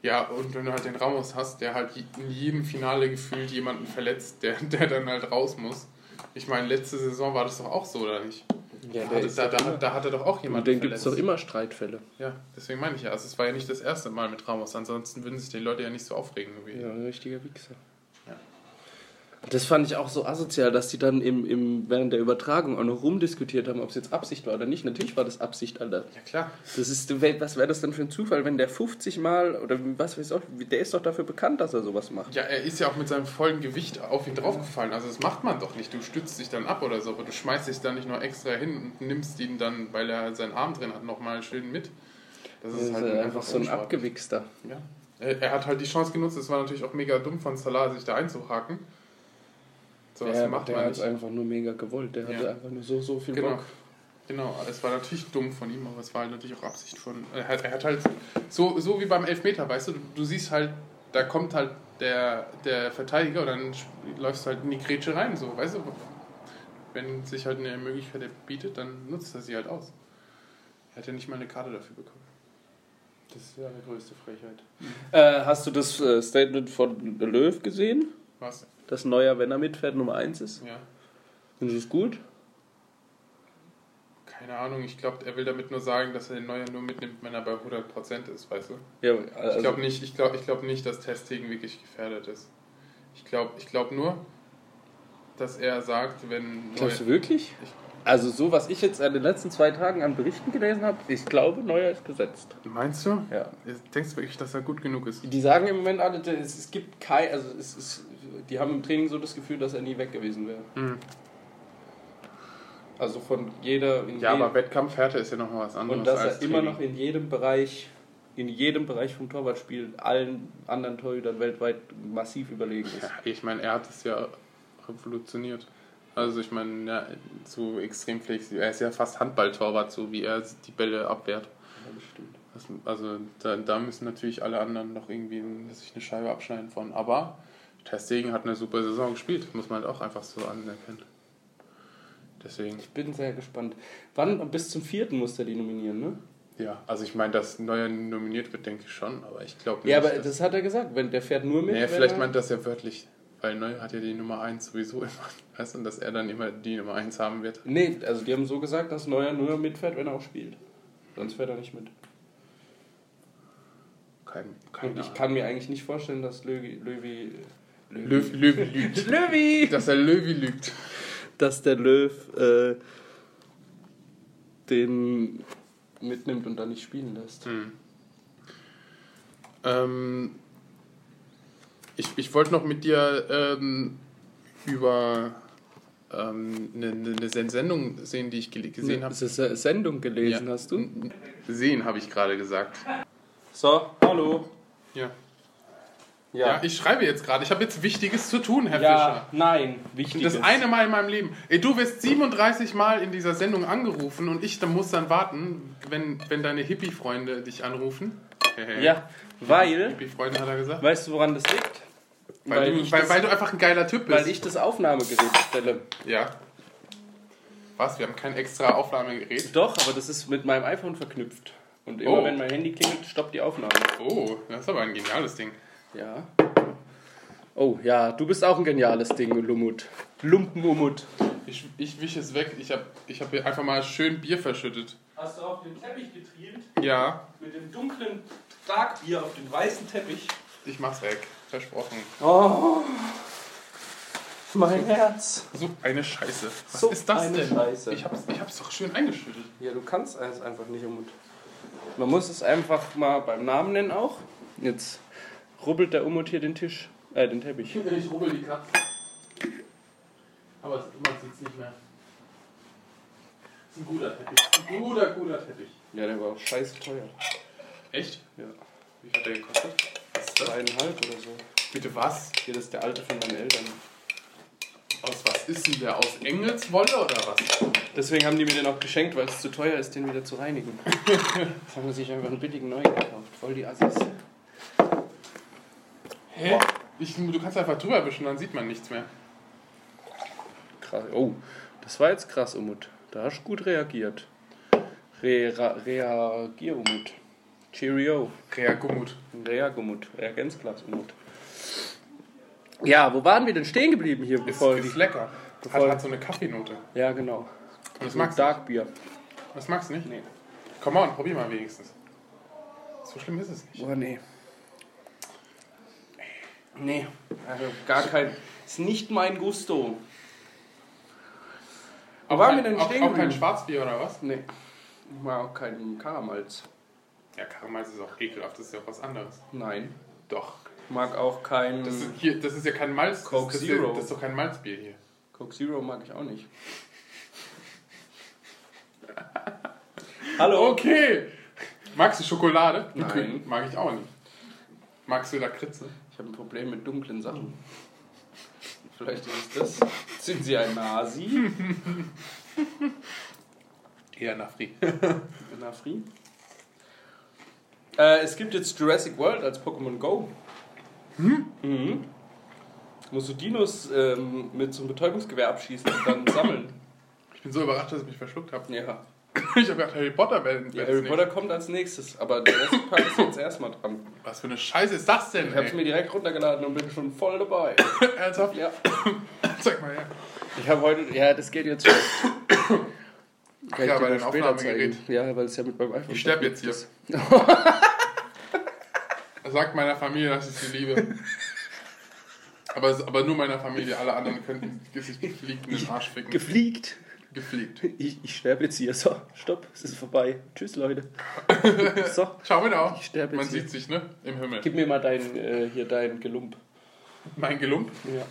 Speaker 3: Ja, und wenn du halt den Ramos hast, der halt je- in jedem Finale gefühlt jemanden verletzt, der, der dann halt raus muss. Ich meine, letzte Saison war das doch auch so, oder nicht?
Speaker 4: Ja,
Speaker 3: Da hatte, da, da, da hatte doch auch jemand
Speaker 4: Und dann gibt es doch immer Streitfälle.
Speaker 3: Ja, deswegen meine ich ja. Also es war ja nicht das erste Mal mit Ramos. Ansonsten würden sich die Leute ja nicht so aufregen. Irgendwie.
Speaker 4: Ja, ein richtiger Wichser.
Speaker 3: Ja.
Speaker 4: Das fand ich auch so asozial, dass die dann im, im, während der Übertragung auch noch rumdiskutiert haben, ob es jetzt Absicht war oder nicht. Natürlich war das Absicht, Alter.
Speaker 3: Ja, klar.
Speaker 4: Das ist, was wäre das denn für ein Zufall, wenn der 50 Mal oder was weiß ich auch, der ist doch dafür bekannt, dass er sowas macht.
Speaker 3: Ja, er ist ja auch mit seinem vollen Gewicht auf ihn draufgefallen. Also das macht man doch nicht. Du stützt dich dann ab oder so, aber du schmeißt dich dann nicht noch extra hin und nimmst ihn dann, weil er seinen Arm drin hat, nochmal schön mit. Das
Speaker 4: Das ist halt einfach so ein
Speaker 3: unsportlich.
Speaker 4: Abgewichster.
Speaker 3: Ja. Er er hat halt die Chance genutzt. Es war natürlich auch mega dumm von Salah, sich da einzuhaken. So was
Speaker 4: der
Speaker 3: macht
Speaker 4: der
Speaker 3: man
Speaker 4: hat es
Speaker 3: nicht.
Speaker 4: einfach nur mega gewollt. Der hatte
Speaker 3: Ja.
Speaker 4: einfach nur so, so viel
Speaker 3: Genau.
Speaker 4: Bock.
Speaker 3: Genau, es war natürlich dumm von ihm, aber es war halt natürlich auch Absicht von. Er hat, er hat halt so, so wie beim Elfmeter, weißt du, du, du siehst halt, da kommt halt der, der Verteidiger und dann sch- läufst du halt in die Grätsche rein, so, weißt du. Wenn sich halt eine Möglichkeit bietet, dann nutzt er sie halt aus. Er hat ja nicht mal eine Karte dafür bekommen.
Speaker 7: Das ist ja eine größte Frechheit.
Speaker 4: Äh, hast du das äh, Statement von Löw gesehen?
Speaker 3: Was?
Speaker 4: Dass Neuer, wenn er mitfährt, Nummer 1 ist?
Speaker 3: Ja.
Speaker 4: Findest du es gut?
Speaker 3: Keine Ahnung, ich glaube, er will damit nur sagen, dass er den Neuer nur mitnimmt, wenn er bei 100% ist, weißt du.
Speaker 4: Ja,
Speaker 3: ich
Speaker 4: Also-
Speaker 3: glaube nicht, ich glaub, ich glaub nicht, dass Testegen wirklich gefährdet ist. Ich glaube ich glaub nur, dass er sagt, wenn.
Speaker 4: Glaubst du
Speaker 3: Neuer-
Speaker 4: wirklich?
Speaker 3: Ich-
Speaker 4: Also so, was ich jetzt an den letzten zwei Tagen an Berichten gelesen habe, ich glaube, Neuer ist gesetzt.
Speaker 3: Meinst du?
Speaker 4: Ja.
Speaker 3: Denkst du wirklich, dass er gut genug ist?
Speaker 4: Die sagen im Moment alle, es, es gibt kein, also es ist, die haben im Training so das Gefühl, dass er nie weg gewesen wäre.
Speaker 3: Mhm.
Speaker 4: Also von jeder, in
Speaker 3: Ja,
Speaker 4: jedem,
Speaker 3: aber Wettkampfhärte ist ja noch mal was anderes.
Speaker 4: und dass
Speaker 3: als
Speaker 4: er immer
Speaker 3: Training.
Speaker 4: noch in jedem Bereich, in jedem Bereich vom Torwartspiel allen anderen Torhütern weltweit massiv überlegen ist.
Speaker 3: Ja, ich meine, er hat es ja revolutioniert. Also ich meine, ja, so extrem flexibel. Er ist ja fast Handballtorwart, so wie er die Bälle abwehrt. Das, also da, da müssen natürlich alle anderen noch irgendwie sich eine Scheibe abschneiden von. Aber Testegen hat eine super Saison gespielt, muss man halt auch einfach so anerkennen. Deswegen,
Speaker 4: Ich bin sehr gespannt. Wann? Bis zum vierten muss er die nominieren, ne?
Speaker 3: ja, also ich meine, dass Neuer nominiert wird, denke ich schon, aber ich glaube nicht.
Speaker 4: Ja, aber
Speaker 3: dass,
Speaker 4: das hat er gesagt. Wenn der fährt nur mit.
Speaker 3: naja,
Speaker 4: wenn
Speaker 3: vielleicht
Speaker 4: er-
Speaker 3: meint das ja wörtlich, weil Neuer hat ja die Nummer 1 sowieso immer, weißt du, und dass er dann immer die Nummer 1 haben wird.
Speaker 4: Nee, also die haben so gesagt, dass Neuer nur mitfährt, wenn er auch spielt. Sonst fährt er nicht mit.
Speaker 3: Kein,
Speaker 4: Und
Speaker 3: keine
Speaker 4: ich
Speaker 3: Ahnung.
Speaker 4: kann mir eigentlich nicht vorstellen, dass Löwi. Löwi.
Speaker 3: Löw, Löwi lügt.
Speaker 4: Löwi!
Speaker 3: Dass er Löwi lügt.
Speaker 4: Dass der Löw äh, den mitnimmt und dann nicht spielen lässt.
Speaker 3: Hm. Ähm, ich ich wollte noch mit dir ähm, über ähm, eine, eine eine Sendung sehen, die ich gele- gesehen habe.
Speaker 4: Das ist eine Sendung gelesen,
Speaker 3: Ja.
Speaker 4: hast du?
Speaker 3: Sehen, habe ich gerade gesagt.
Speaker 4: So, hallo.
Speaker 3: Ja.
Speaker 4: Ja,
Speaker 3: ja, ich schreibe jetzt gerade. Ich habe jetzt Wichtiges zu tun, Herr
Speaker 4: Ja,
Speaker 3: Fischer.
Speaker 4: nein, wichtig.
Speaker 3: Das eine Mal in meinem Leben. Ey, du wirst 37 Mal in dieser Sendung angerufen und ich dann muss dann warten, wenn, wenn deine Hippie-Freunde dich anrufen.
Speaker 4: Ja, weil,
Speaker 3: Hippie-Freunde hat er gesagt.
Speaker 4: weißt du, woran das liegt?
Speaker 3: Weil,
Speaker 4: weil
Speaker 3: du,
Speaker 4: ich
Speaker 3: weil,
Speaker 4: das-
Speaker 3: weil du einfach ein geiler Typ bist.
Speaker 4: Weil ich das Aufnahmegerät stelle.
Speaker 3: Ja. Was? Wir haben kein extra Aufnahmegerät.
Speaker 4: Doch, aber das ist mit meinem iPhone verknüpft. Und immer
Speaker 3: Oh.
Speaker 4: wenn mein Handy klingelt, stoppt die Aufnahme.
Speaker 3: Oh, das ist aber ein geniales Ding.
Speaker 4: Ja. Oh ja, du bist auch ein geniales Ding, Lumut. Lumpenumut.
Speaker 3: Ich, ich wische es weg. Ich habe ich hab hier einfach mal schön Bier verschüttet.
Speaker 8: Hast du auf den Teppich getrieben?
Speaker 3: Ja,
Speaker 8: Mit dem dunklen Starkbier auf den weißen Teppich?
Speaker 3: ich mach's weg. Versprochen.
Speaker 7: Oh, mein Herz.
Speaker 3: So eine Scheiße. Was
Speaker 7: So
Speaker 3: ist das
Speaker 7: eine
Speaker 3: denn?
Speaker 7: Scheiße.
Speaker 3: Ich, hab's, ich hab's doch schön eingeschüttet.
Speaker 4: Ja, du kannst es einfach nicht, Umut. Man muss es einfach mal beim Namen nennen auch. Jetzt rubbelt der Umut hier den Tisch, äh, den Teppich.
Speaker 3: Ich rubbel die Katze. Aber es macht jetzt nicht mehr. Ist ein guter Teppich. Ein guter, guter Teppich.
Speaker 4: Ja, der war auch scheiße teuer.
Speaker 3: Echt?
Speaker 4: Ja,
Speaker 3: Wie viel hat der gekostet?
Speaker 4: zweieinhalb oder so.
Speaker 3: Bitte was?
Speaker 4: Hier, das ist der alte von meinen Eltern.
Speaker 3: Oh, aus was ist denn der? Aus Engelswolle oder was?
Speaker 4: Deswegen haben die mir den auch geschenkt, weil es zu teuer ist, den wieder zu reinigen. Jetzt haben wir sich einfach einen billigen neu gekauft. Voll die Assis.
Speaker 3: Hä? Ich, du kannst einfach drüber wischen, dann sieht man nichts mehr.
Speaker 4: Krass. Oh, das war jetzt krass, Umut. Da hast du gut reagiert. Re ra- reagier, Umut. Cheerio.
Speaker 3: Reagumut.
Speaker 4: Reag, Umut. Reagenzglas, Umut. Ja, wo waren wir denn stehen geblieben hier?
Speaker 3: Ist,
Speaker 4: Bevor
Speaker 3: ist lecker. Hat,
Speaker 4: Voll.
Speaker 3: hat so eine Kaffeenote.
Speaker 4: ja, genau.
Speaker 3: Das magst du
Speaker 4: Dark Beer.
Speaker 3: nicht. Das magst du nicht?
Speaker 4: Nee.
Speaker 3: Komm on, probier mal wenigstens. So schlimm ist es nicht.
Speaker 4: Oh, nee. Nee, also gar kein. Ist nicht mein Gusto. Wo waren wir
Speaker 3: kein-
Speaker 4: denn
Speaker 3: auch,
Speaker 4: stehen
Speaker 3: auch kein
Speaker 4: geblieben?
Speaker 3: Schwarzbier oder was?
Speaker 4: Nee. War auch kein Karamals.
Speaker 3: Ja, Karamell ist auch ekelhaft, das ist ja auch was anderes.
Speaker 4: Nein.
Speaker 3: Doch.
Speaker 4: Mag auch kein.
Speaker 3: Das ist, hier, das ist ja kein Malz.
Speaker 4: Hm. Coke
Speaker 3: das, das,
Speaker 4: Zero.
Speaker 3: Ist, das ist doch kein Malzbier hier.
Speaker 4: Coke Zero mag ich auch nicht. Hallo.
Speaker 3: Okay. Magst du Schokolade?
Speaker 4: Nein.
Speaker 3: Okay, Mag ich auch nicht. Magst du Lakritze?
Speaker 4: Ich habe ein Problem mit dunklen Sachen. Vielleicht ist es das. Sind Sie ein Nazi?
Speaker 3: Eher Nafri.
Speaker 4: Ein Afri? Äh, es gibt jetzt Jurassic World als Pokémon Go. Hm? Mhm. Musst du Dinos ähm, mit so einem Betäubungsgewehr abschießen und dann sammeln.
Speaker 3: Ich bin so überrascht, dass ich mich verschluckt habe.
Speaker 4: Ja.
Speaker 3: Ich habe gedacht, Harry Potter werden.
Speaker 4: ja Harry Potter kommt als nächstes, aber Jurassic Park ist jetzt erstmal dran.
Speaker 3: Was für eine Scheiße ist das denn?
Speaker 4: Ich habe es
Speaker 3: Ey?
Speaker 4: mir direkt runtergeladen und bin schon voll dabei.
Speaker 3: Ernsthaft?
Speaker 4: Ja.
Speaker 3: Zeig mal her.
Speaker 4: Ich habe heute, ja, das geht jetzt fest. Ach
Speaker 3: ja, bei dem Aufnahmegerät.
Speaker 4: Ja, weil es ja mit meinem iPhone
Speaker 3: Ich sterbe jetzt hier. Sagt meiner Familie, dass ich sie liebe. Aber, es- aber nur meiner Familie, alle anderen könnten sich gefliegt in den Arsch ficken.
Speaker 4: Gefliegt.
Speaker 3: Gefliegt.
Speaker 4: Ich, ich sterbe jetzt hier. So, stopp, es ist vorbei. Tschüss, Leute. So,
Speaker 3: Schau mir da auf.
Speaker 4: Ich sterbe
Speaker 3: Man
Speaker 4: jetzt hier.
Speaker 3: sieht sich, ne? Im Himmel.
Speaker 4: gib mir mal dein, äh, hier dein Gelump.
Speaker 3: Mein Gelump.
Speaker 4: Ja,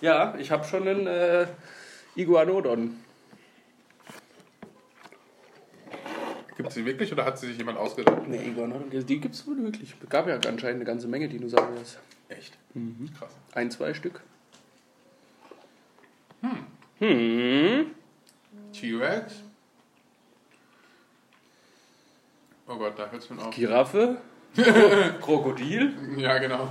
Speaker 4: ja ich habe schon einen äh, Iguanodon.
Speaker 3: Gibt sie wirklich oder hat sie sich jemand ausgedacht?
Speaker 4: Ne, Iguanodon, die- die gibt es wohl wirklich. Gab ja anscheinend eine ganze Menge Dinosaurier.
Speaker 3: Echt? Krass.
Speaker 4: Ein, zwei Stück.
Speaker 3: T-Rex. Oh Gott, da hört's schon auf.
Speaker 4: Giraffe. Krokodil.
Speaker 3: Ja, genau.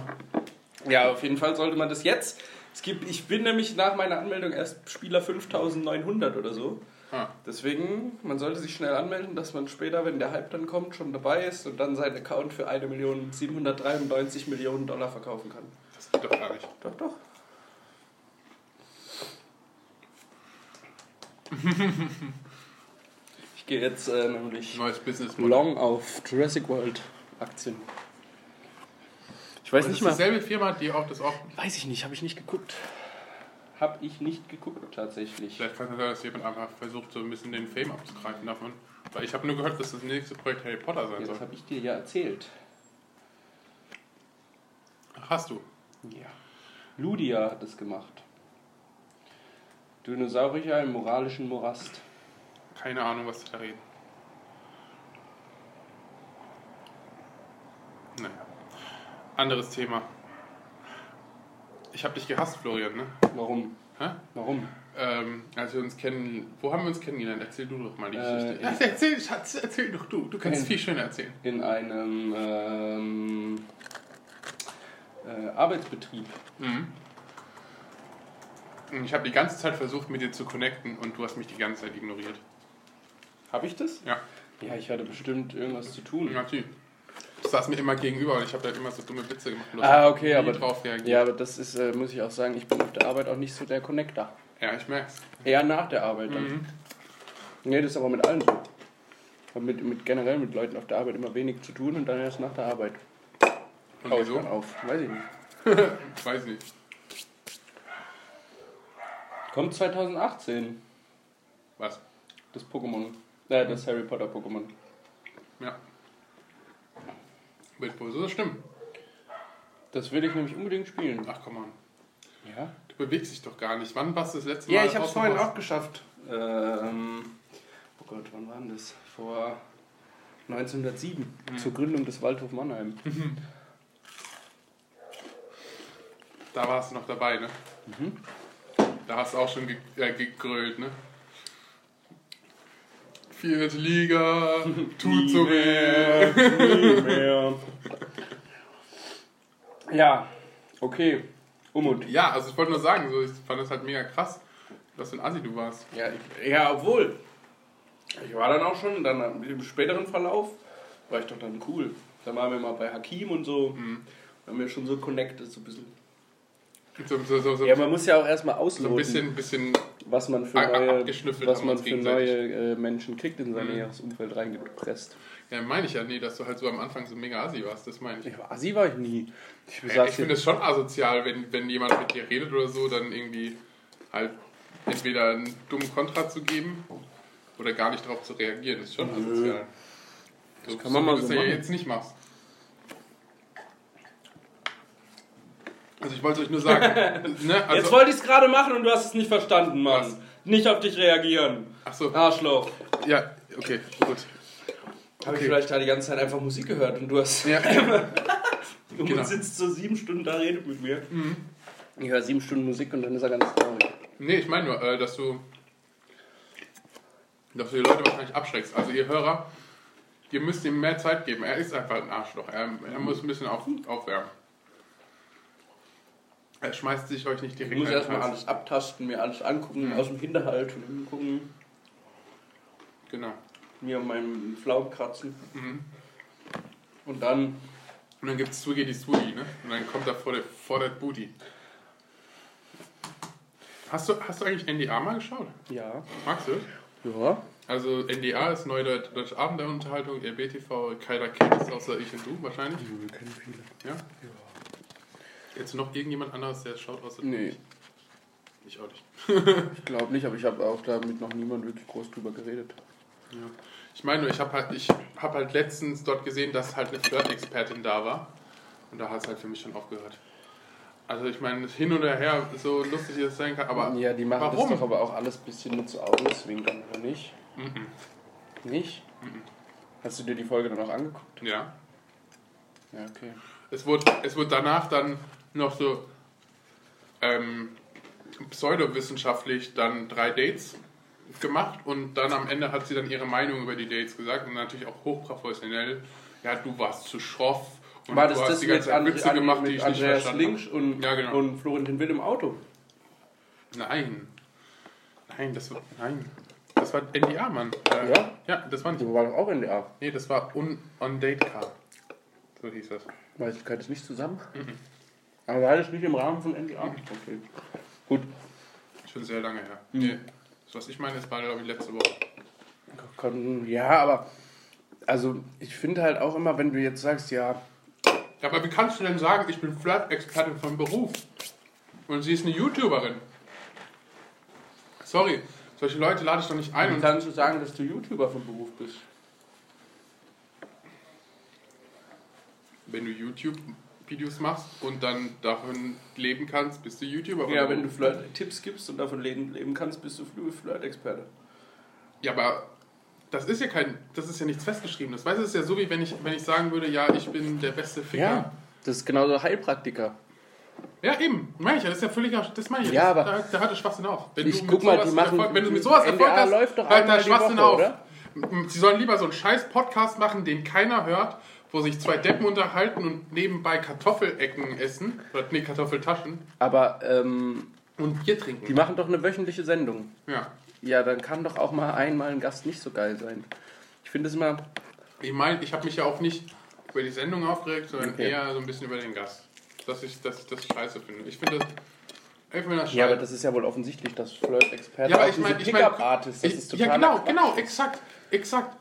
Speaker 4: Ja, auf jeden Fall sollte man das jetzt. Es gibt, ich bin nämlich nach meiner Anmeldung erst Spieler 5900 oder so.
Speaker 3: Ah.
Speaker 4: Deswegen, man sollte sich schnell anmelden, dass man später, wenn der Hype dann kommt, schon dabei ist und dann seinen Account für 1.793 Millionen Dollar verkaufen kann.
Speaker 3: Das geht doch gar nicht.
Speaker 4: Doch, doch. ich gehe jetzt äh, nämlich
Speaker 3: Neues Business Model.
Speaker 4: long auf Jurassic World Aktien. Ich weiß
Speaker 3: Das
Speaker 4: nicht
Speaker 3: ist
Speaker 4: mal.
Speaker 3: dieselbe Firma, die auch das auch.
Speaker 4: Weiß ich nicht, habe ich nicht geguckt. Habe ich nicht geguckt, tatsächlich.
Speaker 3: Vielleicht kann es sein, dass jemand einfach versucht, so ein bisschen den Fame abzugreifen davon. Weil ich habe nur gehört, dass das nächste Projekt Harry Potter sein
Speaker 4: Ja, das
Speaker 3: soll.
Speaker 4: habe ich dir ja erzählt.
Speaker 3: Ach, hast du.
Speaker 4: Ja. Ludia hat es gemacht. Dinosaurier im moralischen Morast.
Speaker 3: Keine Ahnung, was die da reden. Naja. Anderes Thema. Ich habe dich gehasst, Florian, ne?
Speaker 4: Warum?
Speaker 3: Hä?
Speaker 4: Warum?
Speaker 3: Ähm, als wir uns kennen, wo haben wir uns kennengelernt? Erzähl du doch mal die
Speaker 4: Äh,
Speaker 3: Geschichte.
Speaker 4: in-
Speaker 3: Ach, erzähl, Schatz, erzähl doch du. Du kannst
Speaker 4: In-
Speaker 3: viel schöner erzählen.
Speaker 4: In einem ähm, äh, Arbeitsbetrieb.
Speaker 3: Mhm. Und Ich habe die ganze Zeit versucht, mit dir zu connecten und du hast mich die ganze Zeit ignoriert.
Speaker 4: Habe ich das?
Speaker 3: Ja,
Speaker 4: Ja, ich hatte bestimmt irgendwas zu tun.
Speaker 3: natürlich. Du saß mir immer gegenüber und ich habe dann immer so dumme Witze gemacht. und du hast
Speaker 4: Ah, okay,
Speaker 3: nie
Speaker 4: aber,
Speaker 3: drauf reagiert.
Speaker 4: ja, aber das ist, äh, muss ich auch sagen, ich bin auf der Arbeit auch nicht so der Connector.
Speaker 3: Ja, ich merk's.
Speaker 4: Eher nach der Arbeit dann.
Speaker 3: Mhm.
Speaker 4: Nee, das ist aber mit allen so. Aber Mit, mit generell mit Leuten auf der Arbeit immer wenig zu tun und dann erst nach der Arbeit.
Speaker 3: Und
Speaker 4: Hau Oh, ich
Speaker 3: wieso?
Speaker 4: dann auf. Weiß ich nicht.
Speaker 3: Ich weiß nicht.
Speaker 4: Kommt 2018,
Speaker 3: Was?
Speaker 4: das Pokémon. Äh, das Harry Potter Pokémon.
Speaker 3: Ja. Wird wohl so stimmen.
Speaker 4: Das will ich nämlich unbedingt spielen.
Speaker 3: Ach, komm on.
Speaker 4: Ja?
Speaker 3: Du bewegst dich doch gar nicht. Wann warst du das letzte Mal?
Speaker 4: Ja, ich hab's
Speaker 3: draußen
Speaker 4: vorhin
Speaker 3: raus?
Speaker 4: auch geschafft. Ähm, oh Gott, wann war denn das? Vor 1907, zur Gründung des Waldhof Mannheim. Mhm.
Speaker 3: Da warst du noch dabei, ne? Da hast du auch schon ge äh, gegrölt, ne? Vierte Liga, tut so weh.
Speaker 4: Mehr. Ja, okay. Umut.
Speaker 3: Ja, also ich wollte nur sagen, so, ich fand das halt mega krass, was für ein Assi du warst.
Speaker 4: Ja, ich, ja, obwohl. Ich war dann auch schon, dann im späteren Verlauf war ich doch dann cool. Da waren wir mal bei Hakim und so. Haben wir schon so connected, so ein bisschen.
Speaker 3: So, so, so, so,
Speaker 4: Ja, man muss ja auch erstmal
Speaker 3: so ein
Speaker 4: ausloten,
Speaker 3: bisschen, bisschen
Speaker 4: was man für
Speaker 3: ab- ab-
Speaker 4: neue,
Speaker 3: abgeschnüffelt
Speaker 4: was
Speaker 3: haben
Speaker 4: man
Speaker 3: wir uns
Speaker 4: für
Speaker 3: gegenseitig.
Speaker 4: neue äh, Menschen kriegt in sein
Speaker 3: Mhm.
Speaker 4: näheres Umfeld reingepresst.
Speaker 3: Ja, meine ich ja nie, dass du halt so am Anfang so mega assi warst, das meine ich.
Speaker 4: Ich war, Assi war ich nie. Ich,
Speaker 3: Ja,
Speaker 4: saß
Speaker 3: ich finde
Speaker 4: hier-
Speaker 3: es schon asozial, wenn, wenn jemand mit dir redet oder so, dann irgendwie halt entweder einen dummen Kontra zu geben oder gar nicht darauf zu reagieren. Das ist schon asozial. Das
Speaker 4: kann man mal so
Speaker 3: du das ja
Speaker 4: machen.
Speaker 3: jetzt nicht machst. Also ich wollte es euch nur sagen. ne?
Speaker 4: Jetzt
Speaker 3: also,
Speaker 4: wollte ich es gerade machen und du hast es nicht verstanden, Mann.
Speaker 3: Was?
Speaker 4: Nicht auf dich reagieren.
Speaker 3: ach so,
Speaker 4: Arschloch.
Speaker 3: ja, okay, gut.
Speaker 4: Habe ich
Speaker 3: Okay.
Speaker 4: vielleicht da die ganze Zeit einfach Musik gehört und du hast.
Speaker 3: Ja,
Speaker 4: Und
Speaker 3: Genau. Mhm.
Speaker 4: sitzt so sieben Stunden da, redet mit mir. Ich höre sieben Stunden Musik und dann ist er ganz traurig.
Speaker 3: nee, ich meine nur, äh, dass du dass du die Leute wahrscheinlich abschreckst. Also ihr Hörer, ihr müsst ihm mehr Zeit geben. Er ist einfach ein Arschloch. Er, er muss ein bisschen auf, aufwärmen. Er schmeißt sich euch nicht direkt
Speaker 4: Ich muss
Speaker 3: in den
Speaker 4: erstmal
Speaker 3: Hals.
Speaker 4: alles abtasten, mir alles
Speaker 3: Mhm.
Speaker 4: angucken, aus dem Hinterhalt und hingucken,
Speaker 3: Genau.
Speaker 4: mir an meinem Pflaumen kratzen.
Speaker 3: Mhm.
Speaker 4: Und dann,
Speaker 3: Und dann gibt's Swiggy die Swiggy, ne? Und dann kommt da vor der, vor der Booty. Hast du, hast du eigentlich NDA mal geschaut?
Speaker 4: ja.
Speaker 3: Magst du?
Speaker 4: Ja.
Speaker 3: Also NDA ist neue Deutsche, Deutsche Abendunterhaltung, RBTV, keiner kennt es außer ich und du wahrscheinlich.
Speaker 4: Wir kennen viele.
Speaker 3: Ja? Jetzt noch irgendjemand anderes, der es schaut, außer du?
Speaker 4: Nee,
Speaker 3: Ich auch nicht.
Speaker 4: ich glaube nicht, aber ich habe auch damit noch niemand wirklich groß drüber geredet.
Speaker 3: Ja. Ich meine nur, ich habe halt, ich hab halt letztens dort gesehen, dass halt eine Flirt-Expertin da war. Und da hat es halt für mich schon aufgehört. Also ich meine, hin oder her, so lustig es sein kann, aber
Speaker 4: ja, die machen
Speaker 3: warum?
Speaker 4: das doch aber auch alles ein bisschen mit so Augenzwinkern, oder nicht?
Speaker 3: Mhm.
Speaker 4: Nicht? Hast du dir die Folge dann auch angeguckt?
Speaker 3: ja.
Speaker 4: Ja, okay.
Speaker 3: Es wurde, es wurde danach dann noch so ähm, pseudowissenschaftlich dann drei Dates gemacht und dann am Ende hat sie dann ihre Meinung über die Dates gesagt und natürlich auch hochprofessionell. Ja, du warst zu schroff und
Speaker 4: War
Speaker 3: du
Speaker 4: das
Speaker 3: hast
Speaker 4: das
Speaker 3: die
Speaker 4: mit,
Speaker 3: ganze Zeit
Speaker 4: André,
Speaker 3: Witze gemacht, die
Speaker 4: mit
Speaker 3: ich nicht
Speaker 4: Andreas
Speaker 3: verstanden
Speaker 4: Links und,
Speaker 3: Ja, genau.
Speaker 4: und Florentin Will im Auto?
Speaker 3: habe. Nein. Nein, das war. Nein. Das war NDA, Mann. Äh,
Speaker 4: Ja?
Speaker 3: Ja, das war nicht.
Speaker 4: Die war doch auch in der A.
Speaker 3: Nee, das war un, On Date Car. So hieß das.
Speaker 4: Weiß ich, gehört das nicht zusammen?
Speaker 3: Mhm.
Speaker 4: Aber war das nicht im Rahmen von NDA? Okay. Gut,
Speaker 3: Schon sehr lange her. Nee. Das, was ich meine, das war, glaube ich, letzte Woche.
Speaker 4: Kon- ja, aber also ich finde halt auch immer, wenn du jetzt sagst, ja,
Speaker 3: Ja, aber wie kannst du denn sagen, ich bin Flirt-Expertin von Beruf? Und sie ist eine YouTuberin. Sorry, solche Leute lade ich doch nicht ein.
Speaker 4: wie
Speaker 3: Und
Speaker 4: kannst du sagen, dass du YouTuber von Beruf bist?
Speaker 3: wenn du YouTube-Videos machst und dann davon leben kannst, bist du YouTuberin.
Speaker 4: Ja, wenn du Flirt Tipps gibst und davon leben, leben kannst, bist du Fl- Flirt-Experte.
Speaker 3: Ja, aber das ist ja kein, das ist ja nichts festgeschriebenes. Weißt du, es ist ja so, wie wenn ich, wenn ich sagen würde, ja, ich bin der beste Ficker.
Speaker 4: das ist genauso Heilpraktiker.
Speaker 3: Ja, eben, meine ich ja, das ist ja völlig, das meine ich
Speaker 4: Ja,
Speaker 3: das,
Speaker 4: aber-
Speaker 3: da, da hört der Schwachsinn auf. Wenn
Speaker 4: Ich
Speaker 3: du mit
Speaker 4: guck mal, die
Speaker 3: sowas
Speaker 4: machen-
Speaker 3: Erfolg, wenn du mit sowas
Speaker 4: NDR
Speaker 3: Erfolg hast,
Speaker 4: läuft doch
Speaker 3: hört
Speaker 4: einmal
Speaker 3: der
Speaker 4: die
Speaker 3: Schwachsinn
Speaker 4: Woche,
Speaker 3: auf.
Speaker 4: oder?
Speaker 3: M- Sie sollen lieber so einen scheiß Podcast machen, den keiner hört, wo sich zwei Deppen unterhalten und nebenbei Kartoffelecken essen, oder nee, Kartoffeltaschen
Speaker 4: Aber ähm,
Speaker 3: und Bier
Speaker 4: die
Speaker 3: trinken.
Speaker 4: machen doch eine wöchentliche Sendung.
Speaker 3: Ja.
Speaker 4: Ja, dann kann doch auch mal einmal ein Gast nicht so geil sein. Ich finde es immer.
Speaker 3: Ich meine, ich habe mich ja auch nicht über die Sendung aufgeregt, sondern
Speaker 4: Okay.
Speaker 3: eher so ein bisschen über den Gast. Dass ich, dass ich das scheiße finde. Ich finde das. Ich finde das scheiße.
Speaker 4: Ja, aber das ist ja wohl offensichtlich, dass Flirt-Experte
Speaker 3: Ja, aber
Speaker 4: Also auch
Speaker 3: ich meine,
Speaker 4: diese
Speaker 3: ich meine,
Speaker 4: Pickup-Artists, das ist
Speaker 3: ja
Speaker 4: total.
Speaker 3: genau, genau, exakt, exakt.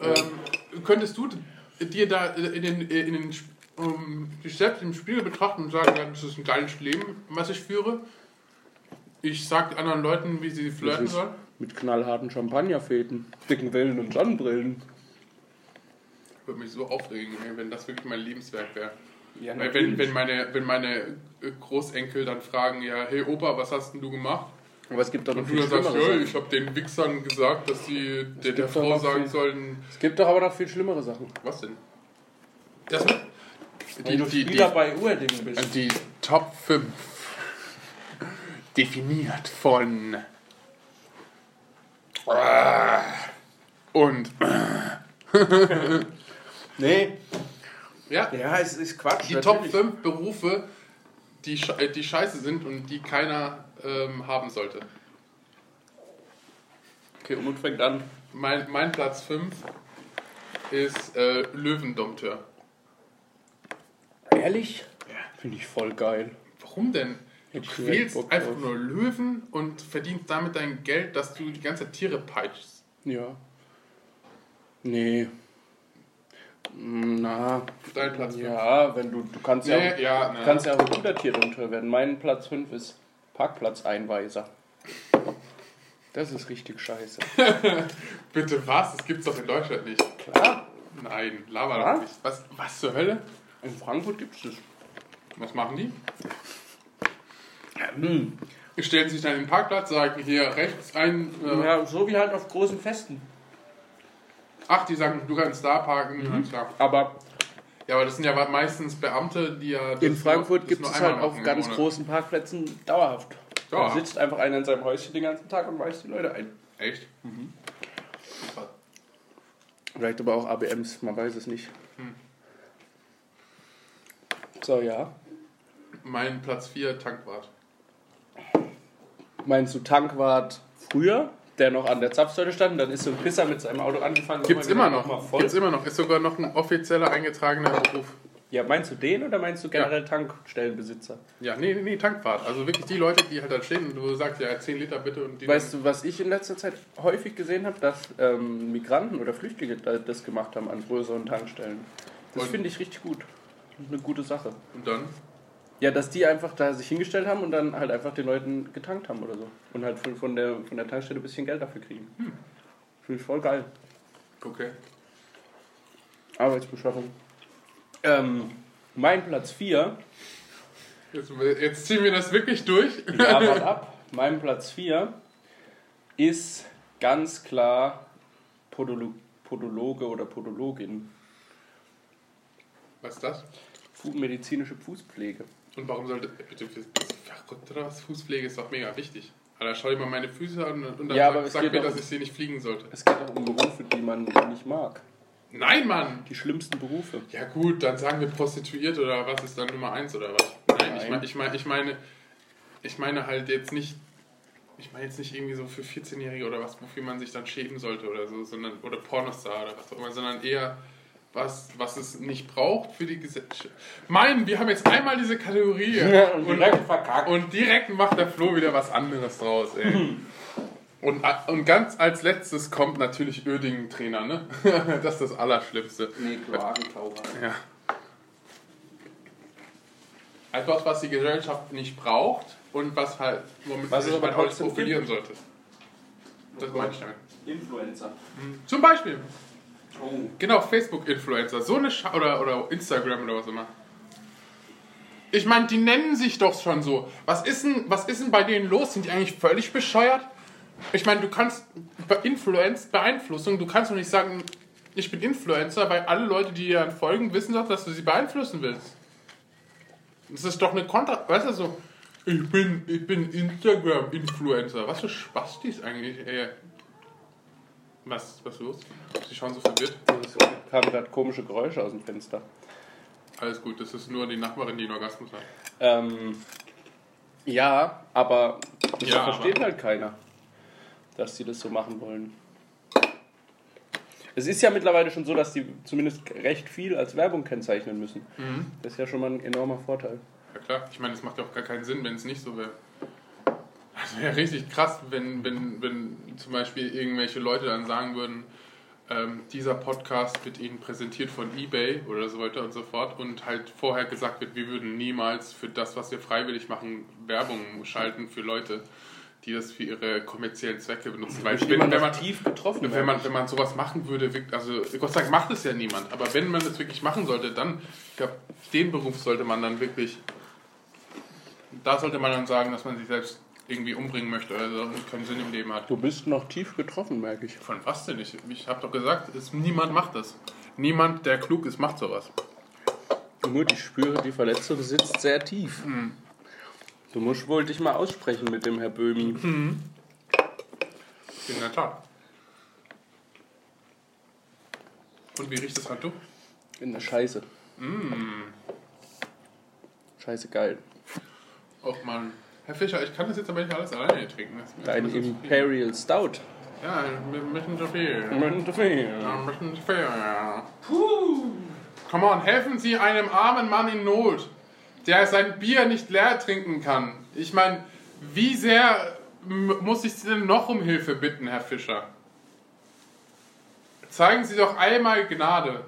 Speaker 3: Ähm, könntest du dir da äh, in den, in den um, dich selbst im Spiegel betrachten und sagen, ja, das ist ein geiles Leben, was ich führe? Ich sag anderen Leuten, wie sie flirten
Speaker 4: Das ist-
Speaker 3: sollen.
Speaker 4: Mit knallharten Champagnerfäden, dicken Wellen und Sonnenbrillen.
Speaker 3: Würde mich so aufregen, ey, wenn das wirklich mein Lebenswerk wäre.
Speaker 4: Ja, ne?
Speaker 3: Weil wenn, wenn, meine, wenn meine äh, Großenkel dann fragen, ja, hey Opa, was hast denn du gemacht?
Speaker 4: Aber es gibt doch noch
Speaker 3: Und du
Speaker 4: viel
Speaker 3: dann sagst,
Speaker 4: Schlimmeres.
Speaker 3: ja, ich habe den Wichsern gesagt, dass sie der, der
Speaker 4: gibt doch
Speaker 3: Frau
Speaker 4: noch
Speaker 3: sagen
Speaker 4: viel-
Speaker 3: sollen,
Speaker 4: Es gibt doch aber noch viel schlimmere Sachen.
Speaker 3: Was denn? Das die,
Speaker 4: Wenn du
Speaker 3: die, die,
Speaker 4: Spieler bei Uerdingen bist.
Speaker 3: die Top 5. definiert von Ah. und
Speaker 4: Nee.
Speaker 3: ja,
Speaker 4: Ja, es ist Quatsch.
Speaker 3: die Top
Speaker 4: natürlich.
Speaker 3: 5 Berufe, die, sche- äh, die scheiße sind und die keiner ähm, haben sollte.
Speaker 4: Okay, Umut fängt an.
Speaker 3: Mein, mein Platz 5 ist äh, Löwendompteur.
Speaker 8: Ehrlich? Ja. Finde ich voll geil.
Speaker 3: Warum denn? Du
Speaker 8: Ich hab
Speaker 3: quälst
Speaker 8: Bock
Speaker 3: einfach
Speaker 8: drauf.
Speaker 3: nur Löwen und verdienst damit dein Geld, dass du die ganze Zeit Tiere peitschst.
Speaker 8: Ja. Nee. Mm, Na.
Speaker 3: Dein Platz fünf.
Speaker 8: Ja, wenn du, du kannst ja,
Speaker 3: Nee, ja, ne.
Speaker 8: du
Speaker 3: nee.
Speaker 8: kannst ja auch ein guter Tierrundtour werden. Mein Platz 5 ist Parkplatzeinweiser. Das ist richtig scheiße.
Speaker 3: Bitte was? Das gibt's doch in Deutschland nicht.
Speaker 8: Klar,
Speaker 3: Nein, laber
Speaker 8: Was?
Speaker 3: doch nicht. Was, was zur Hölle?
Speaker 8: in Frankfurt gibt es das.
Speaker 3: Was machen die?
Speaker 4: Hm.
Speaker 3: Stellen sich dann in den Parkplatz, sagen hier rechts ein. Äh,
Speaker 4: Ja, so wie halt auf großen Festen.
Speaker 3: Ach, die sagen, du kannst da parken. du kannst da.
Speaker 8: Aber
Speaker 3: Ja, aber das sind ja meistens Beamte, die ja. das
Speaker 8: in
Speaker 3: nur-
Speaker 8: Frankfurt
Speaker 3: das
Speaker 8: gibt
Speaker 3: nur
Speaker 8: es
Speaker 3: einmal
Speaker 8: halt auf
Speaker 3: machen,
Speaker 8: ganz
Speaker 3: ohne-
Speaker 8: großen Parkplätzen dauerhaft. Da
Speaker 3: Dauerhaft.
Speaker 8: sitzt einfach einer in seinem Häuschen den ganzen Tag und weist die Leute ein.
Speaker 3: Echt?
Speaker 8: Vielleicht aber auch ABMs, man weiß es nicht. Hm. So, ja.
Speaker 3: Mein Platz 4 Tankwart.
Speaker 8: Meinst du Tankwart früher, der noch an der Zapfsäule stand? Dann ist so ein Pisser mit seinem Auto angefangen.
Speaker 3: Gibt's
Speaker 8: Guck mal,
Speaker 3: immer
Speaker 8: wir machen mal
Speaker 3: noch.
Speaker 8: Voll.
Speaker 3: Gibt's immer noch. Ist sogar noch ein offizieller eingetragener Beruf.
Speaker 8: Ja, meinst du den oder meinst du generell Tankstellenbesitzer?
Speaker 3: Ja, nee, nee, nee, Tankwart. Also wirklich die Leute, die halt da stehen und du sagst, ja, 10 Liter bitte und die.
Speaker 8: Weißt du, was ich in letzter Zeit häufig gesehen habe, dass ähm, Migranten oder Flüchtlinge da- das gemacht haben an größeren Tankstellen. Das
Speaker 3: Und-
Speaker 8: finde ich richtig gut. Das ist eine gute Sache.
Speaker 3: Und dann?
Speaker 8: Ja, dass die einfach da sich hingestellt haben und dann halt einfach den Leuten getankt haben oder so. Und halt von- von der, von der Tankstelle ein bisschen Geld dafür kriegen.
Speaker 3: Hm.
Speaker 8: Finde ich voll geil.
Speaker 3: Okay.
Speaker 8: Arbeitsbeschaffung. Ähm, mein Platz 4,
Speaker 3: Jetzt, jetzt ziehen wir das wirklich durch.
Speaker 8: ja, wart ab. Mein Platz 4 ist ganz klar Podolo Podologe oder Podologin.
Speaker 3: Was ist das?
Speaker 8: Fu- Medizinische Fußpflege.
Speaker 3: Und warum sollte. Bitte, bist du verrückt oder was? Fußpflege ist doch mega wichtig. Alter, schau dir mal meine Füße an und und dann
Speaker 8: Ja,
Speaker 3: sag-
Speaker 8: aber es
Speaker 3: sag
Speaker 8: geht
Speaker 3: mir,
Speaker 8: doch-
Speaker 3: dass ich sie nicht fliegen sollte.
Speaker 8: Es geht auch um Berufe, die man nicht mag.
Speaker 3: Nein, Mann!
Speaker 8: Die schlimmsten Berufe.
Speaker 3: Ja gut, dann sagen wir prostituiert oder was ist dann Nummer eins oder was? Nein, Ich,
Speaker 8: Nein.
Speaker 3: mein, ich, mein, ich meine, ich meine halt jetzt nicht, ich meine jetzt nicht irgendwie so für 14-Jährige oder was, wofür man sich dann schämen sollte oder so, sondern oder Pornostar oder was auch immer, sondern eher was, was es nicht braucht für die Gesellschaft. Mein, wir haben jetzt einmal diese Kategorie und, und, direkt
Speaker 4: verkackt.
Speaker 3: macht der Flo wieder was anderes draus, ey. Und, und ganz als letztes kommt natürlich Ödingen-Trainer, ne? Das ist das Allerschlimmste.
Speaker 4: Nee, Kloakentaucher.
Speaker 3: Ja. Etwas, was die Gesellschaft nicht braucht und was halt womit
Speaker 8: Was
Speaker 3: sich
Speaker 8: es aber
Speaker 3: man halt
Speaker 8: trotzdem
Speaker 3: profilieren sollte. Das meine ich damit.
Speaker 4: Influencer.
Speaker 3: Zum Beispiel,
Speaker 4: Oh.
Speaker 3: genau, Facebook-Influencer, so eine Scha oder, oder Instagram oder was immer. Ich meine, die nennen sich doch schon so. Was ist denn, was ist denn bei denen los? Sind die eigentlich völlig bescheuert? Ich meine, du kannst bei Influenz, Beeinflussung, du kannst doch nicht sagen, ich bin Influencer, weil alle Leute, die dir dann folgen, wissen doch, dass du sie beeinflussen willst. Das ist doch eine Kontra. Weißt du, so, ich bin, ich bin Instagram-Influencer. Was für Spastis eigentlich, ey. Was, was ist los? Sie schauen so verwirrt.
Speaker 8: Es kamen gerade komische Geräusche aus dem Fenster.
Speaker 3: Alles gut, das ist nur die Nachbarin, die einen Orgasmus hat.
Speaker 8: Ähm, ja, aber das
Speaker 3: Ja,
Speaker 8: versteht halt keiner, dass die das so machen wollen. Es ist ja mittlerweile schon so, dass die zumindest recht viel als Werbung kennzeichnen müssen.
Speaker 3: Mhm.
Speaker 8: Das ist ja schon mal ein enormer Vorteil.
Speaker 3: Ja klar, ich meine, das macht ja auch gar keinen Sinn, wenn es nicht so wäre. Das wäre richtig krass, wenn, wenn, wenn zum Beispiel irgendwelche Leute dann sagen würden, ähm, dieser Podcast wird Ihnen präsentiert von eBay oder so weiter und so fort und halt vorher gesagt wird, wir würden niemals für das, was wir freiwillig machen, Werbung schalten für Leute, die das für ihre kommerziellen Zwecke benutzen. Weil wenn, wenn, man,
Speaker 8: tief getroffen
Speaker 3: wenn, man, wenn man sowas machen würde, wirkt- also Gott sei Dank macht es ja niemand, aber wenn man es wirklich machen sollte, dann, ich glaube, den Beruf sollte man dann wirklich, da sollte man dann sagen, dass man sich selbst irgendwie umbringen möchte oder so und keinen Sinn im Leben hat.
Speaker 8: Du bist noch tief getroffen, merke ich.
Speaker 3: Von was denn? Ich, ich habe doch gesagt, es, niemand macht das. Niemand, der klug ist, macht sowas. Mhm.
Speaker 8: Nur ich spüre, die Verletzung sitzt sehr tief. Du musst wohl dich mal aussprechen mit dem Herr Böhmi.
Speaker 3: In der Tat. Und wie riecht das Handtuch?
Speaker 8: In der Scheiße.
Speaker 3: Mhm.
Speaker 8: Scheiße geil.
Speaker 3: Och Mann. Herr Fischer, ich kann das jetzt aber nicht alles alleine hier trinken. Das ist
Speaker 8: Dein
Speaker 3: mir zu viel.
Speaker 8: Imperial Stout.
Speaker 3: Ja, ein bisschen zu viel.
Speaker 8: Ja,
Speaker 3: Ein bisschen zu viel. Come on, helfen Sie einem armen Mann in Not, der sein Bier nicht leer trinken kann. Ich meine, wie sehr m- muss ich Sie denn noch um Hilfe bitten, Herr Fischer? Zeigen Sie doch einmal Gnade.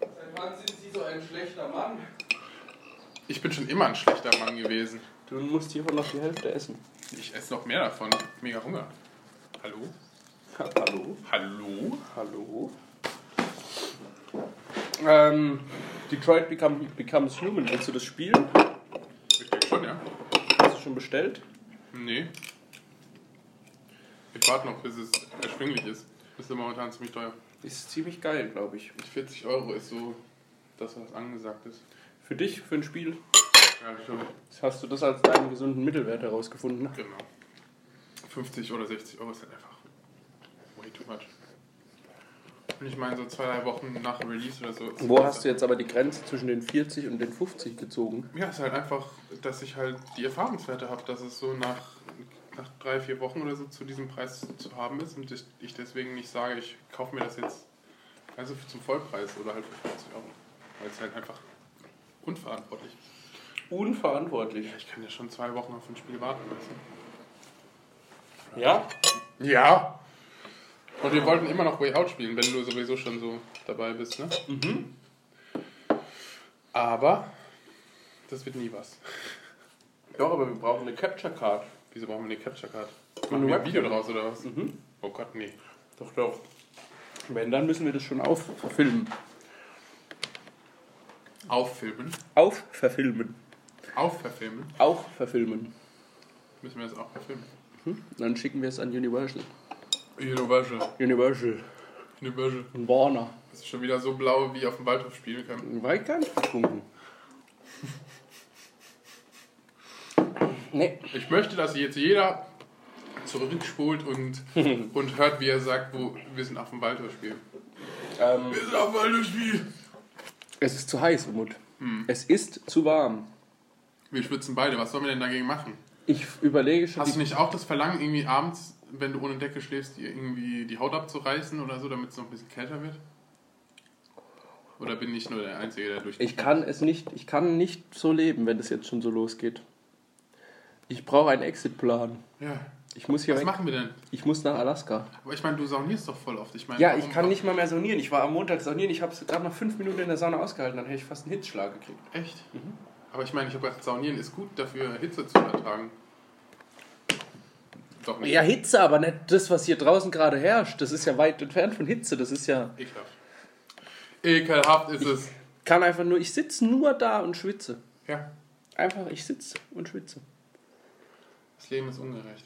Speaker 4: Seit wann sind Sie so ein schlechter Mann?
Speaker 3: Ich bin schon immer ein schlechter Mann gewesen.
Speaker 8: Du musst hiervon noch die Hälfte essen.
Speaker 3: Ich esse noch mehr davon. Mega Hunger. Hallo?
Speaker 8: Ha, hallo?
Speaker 3: Hallo?
Speaker 8: Hallo? Ähm, Detroit Become, Becomes Human. Willst du das spielen?
Speaker 3: Ich denke schon, ja.
Speaker 8: Hast du schon bestellt?
Speaker 3: Nee. Ich warte noch, bis es erschwinglich ist. Ist ja momentan ziemlich teuer.
Speaker 8: Ist ziemlich geil, glaube ich.
Speaker 3: 40 Euro ist so das, was angesagt ist.
Speaker 8: Für dich, für ein Spiel,
Speaker 3: Ja, stimmt.
Speaker 8: hast du das als deinen gesunden Mittelwert herausgefunden.
Speaker 3: Genau. 50 oder 60 Euro ist halt einfach way too much. Und ich meine, so zwei, drei Wochen nach Release oder so.
Speaker 8: Wo hast du jetzt aber die Grenze zwischen den 40 und den 50 gezogen?
Speaker 3: Ja, ist halt einfach, dass ich halt die Erfahrungswerte habe, dass es so nach, nach drei, vier Wochen oder so zu diesem Preis zu haben ist und ich, ich deswegen nicht sage, ich kaufe mir das jetzt also zum Vollpreis oder halt für 50 Euro. Weil es halt einfach unverantwortlich ist.
Speaker 4: Unverantwortlich.
Speaker 3: Ja, ich kann ja schon zwei Wochen auf ein Spiel warten. Weißt
Speaker 4: Ja?
Speaker 3: du? Ja! Und wir wollten immer noch Way Out spielen, wenn du sowieso schon so dabei bist, ne? Mhm. Aber das wird nie was.
Speaker 4: Doch, aber wir brauchen eine Capture Card.
Speaker 3: Wieso brauchen wir eine Capture Card? Machen wir ein Video draus oder was? Oh Gott, nee.
Speaker 4: Doch, doch.
Speaker 8: Wenn, dann müssen wir das schon aufverfilmen.
Speaker 3: Auffilmen,
Speaker 8: Aufverfilmen.
Speaker 3: aufverfilmen,
Speaker 8: Aufverfilmen.
Speaker 3: müssen wir das auch verfilmen.
Speaker 8: Dann schicken wir es an Universal.
Speaker 3: Universal,
Speaker 8: Universal.
Speaker 3: Universal.
Speaker 8: Und Warner.
Speaker 3: Das ist schon wieder so blau, wie auf dem Waldhof spielen kann.
Speaker 8: War ich gar nicht betrunken. Nee.
Speaker 3: Ich möchte, dass jetzt jeder zurückspult und, und hört, wie er sagt, wo wir sind auf dem Waldhof spielen.
Speaker 8: Ähm,
Speaker 3: Wir sind auf dem Waldhof spielen.
Speaker 8: es ist zu heiß, Umut.
Speaker 3: Hm.
Speaker 8: Es ist zu warm.
Speaker 3: Wir schwitzen beide, was sollen wir denn dagegen machen?
Speaker 8: Ich überlege schon.
Speaker 3: Hast du
Speaker 8: die-
Speaker 3: nicht auch das Verlangen, irgendwie abends, wenn du ohne Decke schläfst, dir irgendwie die Haut abzureißen oder so, damit es noch ein bisschen kälter wird? Oder bin ich nur der Einzige, der durch
Speaker 8: ich kann es nicht. Ich kann nicht so leben, wenn es jetzt schon so losgeht. Ich brauche einen Exit-Plan.
Speaker 3: Ja.
Speaker 8: Ich muss hier
Speaker 3: Was
Speaker 8: weg.
Speaker 3: machen wir denn?
Speaker 8: Äh, Ich muss nach Alaska.
Speaker 3: Aber ich meine, du saunierst doch voll oft. Ich meine,
Speaker 8: Ja,
Speaker 3: warum-
Speaker 8: ich kann nicht mal mehr saunieren. Ich war am Montag saunieren. Ich habe es gerade noch fünf Minuten in der Sauna ausgehalten. Dann hätte ich fast einen Hitzschlag gekriegt.
Speaker 3: Echt?
Speaker 8: Mhm.
Speaker 3: Aber ich meine, ich habe gedacht, saunieren ist gut dafür, Hitze zu ertragen. Doch nicht.
Speaker 8: Ja, Hitze, aber nicht das, was hier draußen gerade herrscht. Das ist ja weit entfernt von Hitze. Das ist ja.
Speaker 3: Ekelhaft. Ekelhaft ist es.
Speaker 8: Kann einfach nur. Ich sitze nur da und schwitze.
Speaker 3: Ja,
Speaker 8: Einfach, ich sitze und schwitze.
Speaker 3: das Leben ist ungerecht.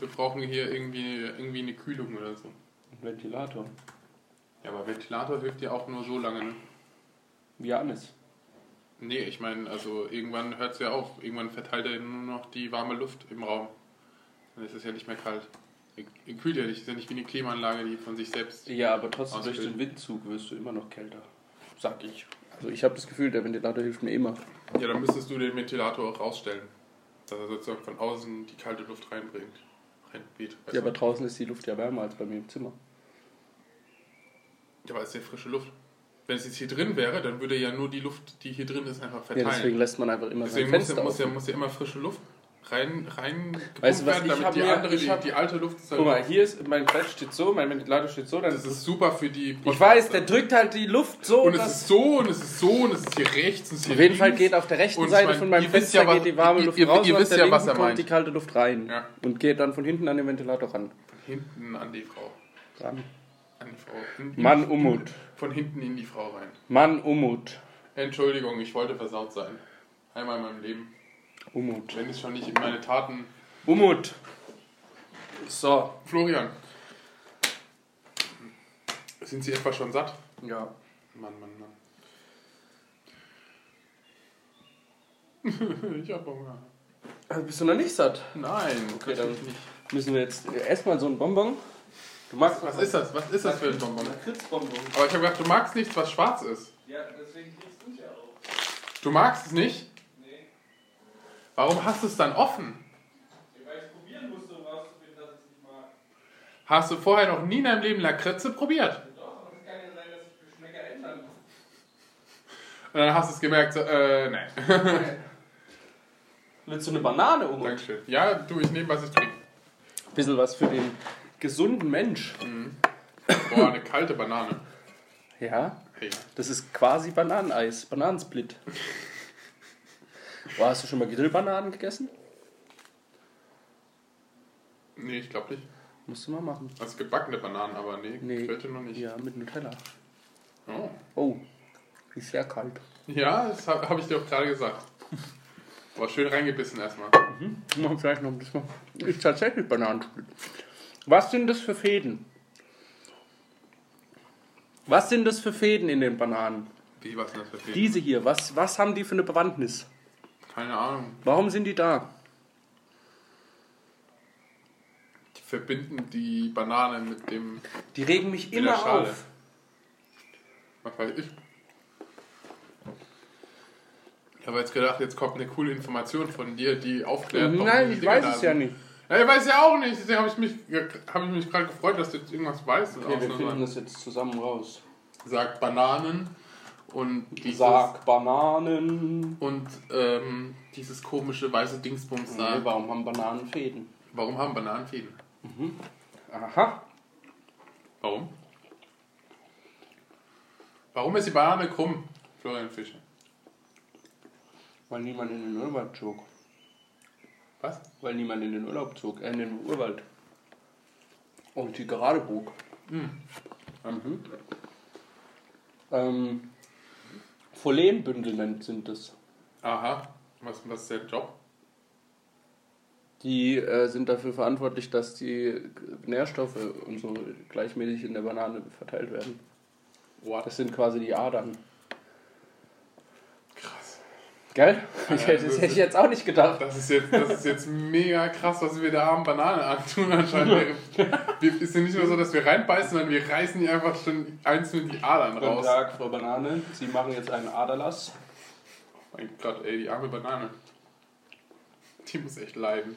Speaker 3: Wir brauchen hier irgendwie, irgendwie eine Kühlung oder so.
Speaker 8: Ventilator.
Speaker 3: Ja, aber Ventilator hilft dir auch nur so lange. Ne?
Speaker 8: Janis.
Speaker 3: Nee, ich meine, also irgendwann hört es ja auf. Irgendwann verteilt er nur noch die warme Luft im Raum. Dann ist es ja nicht mehr kalt. Er Kühlt ja nicht. Ist ja nicht wie eine Klimaanlage, die von sich selbst.
Speaker 8: Ja, aber trotzdem
Speaker 3: durch den
Speaker 8: Windzug wirst du immer noch kälter. Sag ich. Also, ich habe das Gefühl, der Ventilator hilft mir immer.
Speaker 3: Ja, dann müsstest du den Ventilator auch rausstellen. Dass er sozusagen von außen die kalte Luft reinbringt. Reinweht. weißt
Speaker 8: Ja,
Speaker 3: du?
Speaker 8: aber draußen ist die Luft ja wärmer als bei mir im Zimmer.
Speaker 3: ja, aber es ist ja frische Luft. Wenn es jetzt hier drin wäre, dann würde ja nur die Luft, die hier drin ist, einfach
Speaker 8: Ja,
Speaker 3: verteilen.
Speaker 8: deswegen lässt man einfach immer
Speaker 3: Deswegen
Speaker 8: sein
Speaker 3: muss,
Speaker 8: Fenster
Speaker 3: ja, muss, ja,
Speaker 8: auf.
Speaker 3: muss ja immer frische Luft rein, rein gepumpt
Speaker 8: Weißt du was,
Speaker 3: werden,
Speaker 8: ich hab
Speaker 3: damit die
Speaker 8: mir-
Speaker 3: andere,
Speaker 8: ich
Speaker 3: die,
Speaker 8: hab-
Speaker 3: die alte Luft ist dann-
Speaker 8: Guck mal, hier ist mein Bett steht so, mein Ventilator steht so, dann
Speaker 3: Das ist super für die
Speaker 8: Ich weiß, der drückt halt die Luft so,
Speaker 3: Und es
Speaker 8: dass.
Speaker 3: ist so und es ist so und es ist hier rechts und es ist hier
Speaker 8: Auf jeden Fall
Speaker 3: links.
Speaker 8: geht auf der rechten
Speaker 3: Und ich
Speaker 8: Seite
Speaker 3: meine,
Speaker 8: von meinem
Speaker 3: ihr wisst
Speaker 8: Fenster
Speaker 3: ja, was-
Speaker 8: geht die warme
Speaker 3: ihr-
Speaker 8: Luft
Speaker 3: ihr-
Speaker 8: raus,
Speaker 3: ihr
Speaker 8: und auf
Speaker 3: wisst
Speaker 8: der
Speaker 3: ja,
Speaker 8: linken
Speaker 3: was er
Speaker 8: kommt
Speaker 3: meint.
Speaker 8: die kalte Luft rein
Speaker 3: Ja.
Speaker 8: und geht dann von hinten an den Ventilator ran.
Speaker 3: hinten an die Frau.
Speaker 8: ran.
Speaker 3: An die Frau. In- in-
Speaker 8: Mann Umut,
Speaker 3: Von hinten in die Frau rein.
Speaker 8: Mann Umut,
Speaker 3: Entschuldigung, ich wollte versaut sein. Einmal in meinem Leben.
Speaker 8: Umut,
Speaker 3: Wenn es schon nicht in meine Taten.
Speaker 8: Umut. So,
Speaker 3: Florian. Sind Sie etwa schon satt?
Speaker 8: ja.
Speaker 3: Mann, Mann, Mann. ich hab Hunger.
Speaker 8: Also bist du noch nicht satt?
Speaker 3: Nein, okay,
Speaker 8: dann-
Speaker 3: natürlich nicht.
Speaker 8: Müssen wir jetzt erstmal so einen Bonbon. Du magst
Speaker 3: Was ist das? Was ist das für ein Bonbon?
Speaker 7: Kritzbonbon.
Speaker 3: Aber ich habe gedacht, du magst nichts, was schwarz ist.
Speaker 7: Ja, deswegen kriegst du es ja auch.
Speaker 3: Du magst es nicht? Warum hast du es dann offen?
Speaker 7: Weil ich probieren musste, um rauszufinden, dass ich es nicht mag.
Speaker 3: Hast du vorher noch nie in deinem Leben Lakritze probiert?
Speaker 7: Doch, aber es kann ja sein, dass sich Geschmäcker ändern.
Speaker 3: Und dann hast du es gemerkt, so, äh, nein.
Speaker 8: Willst du eine Banane um? Ein
Speaker 3: Dankeschön. Ja, du, ich nehme, was ich trinke.
Speaker 8: bisschen was für den gesunden Mensch.
Speaker 3: Boah, eine kalte Banane.
Speaker 8: Ja,
Speaker 3: Hey.
Speaker 8: das ist quasi Bananeneis, Bananensplit. Boah, hast du schon mal Grillbananen gegessen?
Speaker 3: Nee, ich glaube nicht.
Speaker 8: Musst du mal machen.
Speaker 3: Also gebackene Bananen, aber nee,
Speaker 8: Nee.
Speaker 3: gefällte noch nicht.
Speaker 8: Ja, mit Nutella.
Speaker 3: Oh.
Speaker 8: Oh, ist sehr kalt.
Speaker 3: Ja, das habe hab ich dir auch gerade gesagt. Aber schön reingebissen erstmal.
Speaker 8: Ich mach vielleicht noch ein bisschen. Ist tatsächlich Bananensplit. Was sind das für Fäden? Was sind das für Fäden in den Bananen?
Speaker 3: Wie, was denn das für Fäden?
Speaker 8: Diese hier, was, was haben die für eine Bewandtnis?
Speaker 3: Keine Ahnung.
Speaker 8: Warum sind die da?
Speaker 3: Die verbinden die Banane mit dem...
Speaker 8: Die regen mich
Speaker 3: In der
Speaker 8: immer
Speaker 3: Schale.
Speaker 8: auf.
Speaker 3: Was weiß ich. Ich habe jetzt gedacht, jetzt kommt eine coole Information von dir, die aufklärt. warum
Speaker 8: Nein,
Speaker 3: die
Speaker 8: ich
Speaker 3: Dinger
Speaker 8: weiß
Speaker 3: da
Speaker 8: es ja
Speaker 3: sind.
Speaker 8: nicht.
Speaker 3: Ja, ich weiß ja auch nicht. Deswegen habe ich mich, hab ich mich gerade gefreut, dass du jetzt irgendwas weißt.
Speaker 8: Okay, wir
Speaker 3: Ausnahmsweise.
Speaker 8: finden das jetzt zusammen raus.
Speaker 3: sagt Bananen und dieses,
Speaker 8: Sag Bananen.
Speaker 3: Und, ähm, dieses komische weiße Dingsbums da.
Speaker 8: Nee, warum haben Bananen Fäden?
Speaker 3: Warum haben Bananen Fäden?
Speaker 8: Aha.
Speaker 3: Warum? Warum ist die Banane krumm, Florian Fischer?
Speaker 8: Weil niemand in den Urwald zog.
Speaker 3: Was?
Speaker 8: Weil niemand in den Urlaub zog. Äh, in den Urwald. Und die gerade bog.
Speaker 3: Hm.
Speaker 8: Mhm. Ähm, Folenbündel nennt sind das.
Speaker 3: Aha. Was, was ist der Job?
Speaker 8: Die äh, sind dafür verantwortlich, dass die Nährstoffe und so gleichmäßig in der Banane verteilt werden.
Speaker 3: What?
Speaker 8: Das sind quasi die Adern.
Speaker 3: Krass.
Speaker 8: Gell? das
Speaker 3: das
Speaker 8: hätte ich jetzt auch nicht gedacht.
Speaker 3: Das ist, jetzt, das ist jetzt mega krass, was wir der armen Banane antun anscheinend. Wir, ist ja nicht nur so, dass wir reinbeißen, sondern wir reißen die einfach schon einzeln die Adern
Speaker 8: Guten
Speaker 3: raus.
Speaker 8: Tag, Frau Banane. Sie machen jetzt einen Aderlass.
Speaker 3: Mein Gott, ey, die arme Banane. Die muss echt leiden.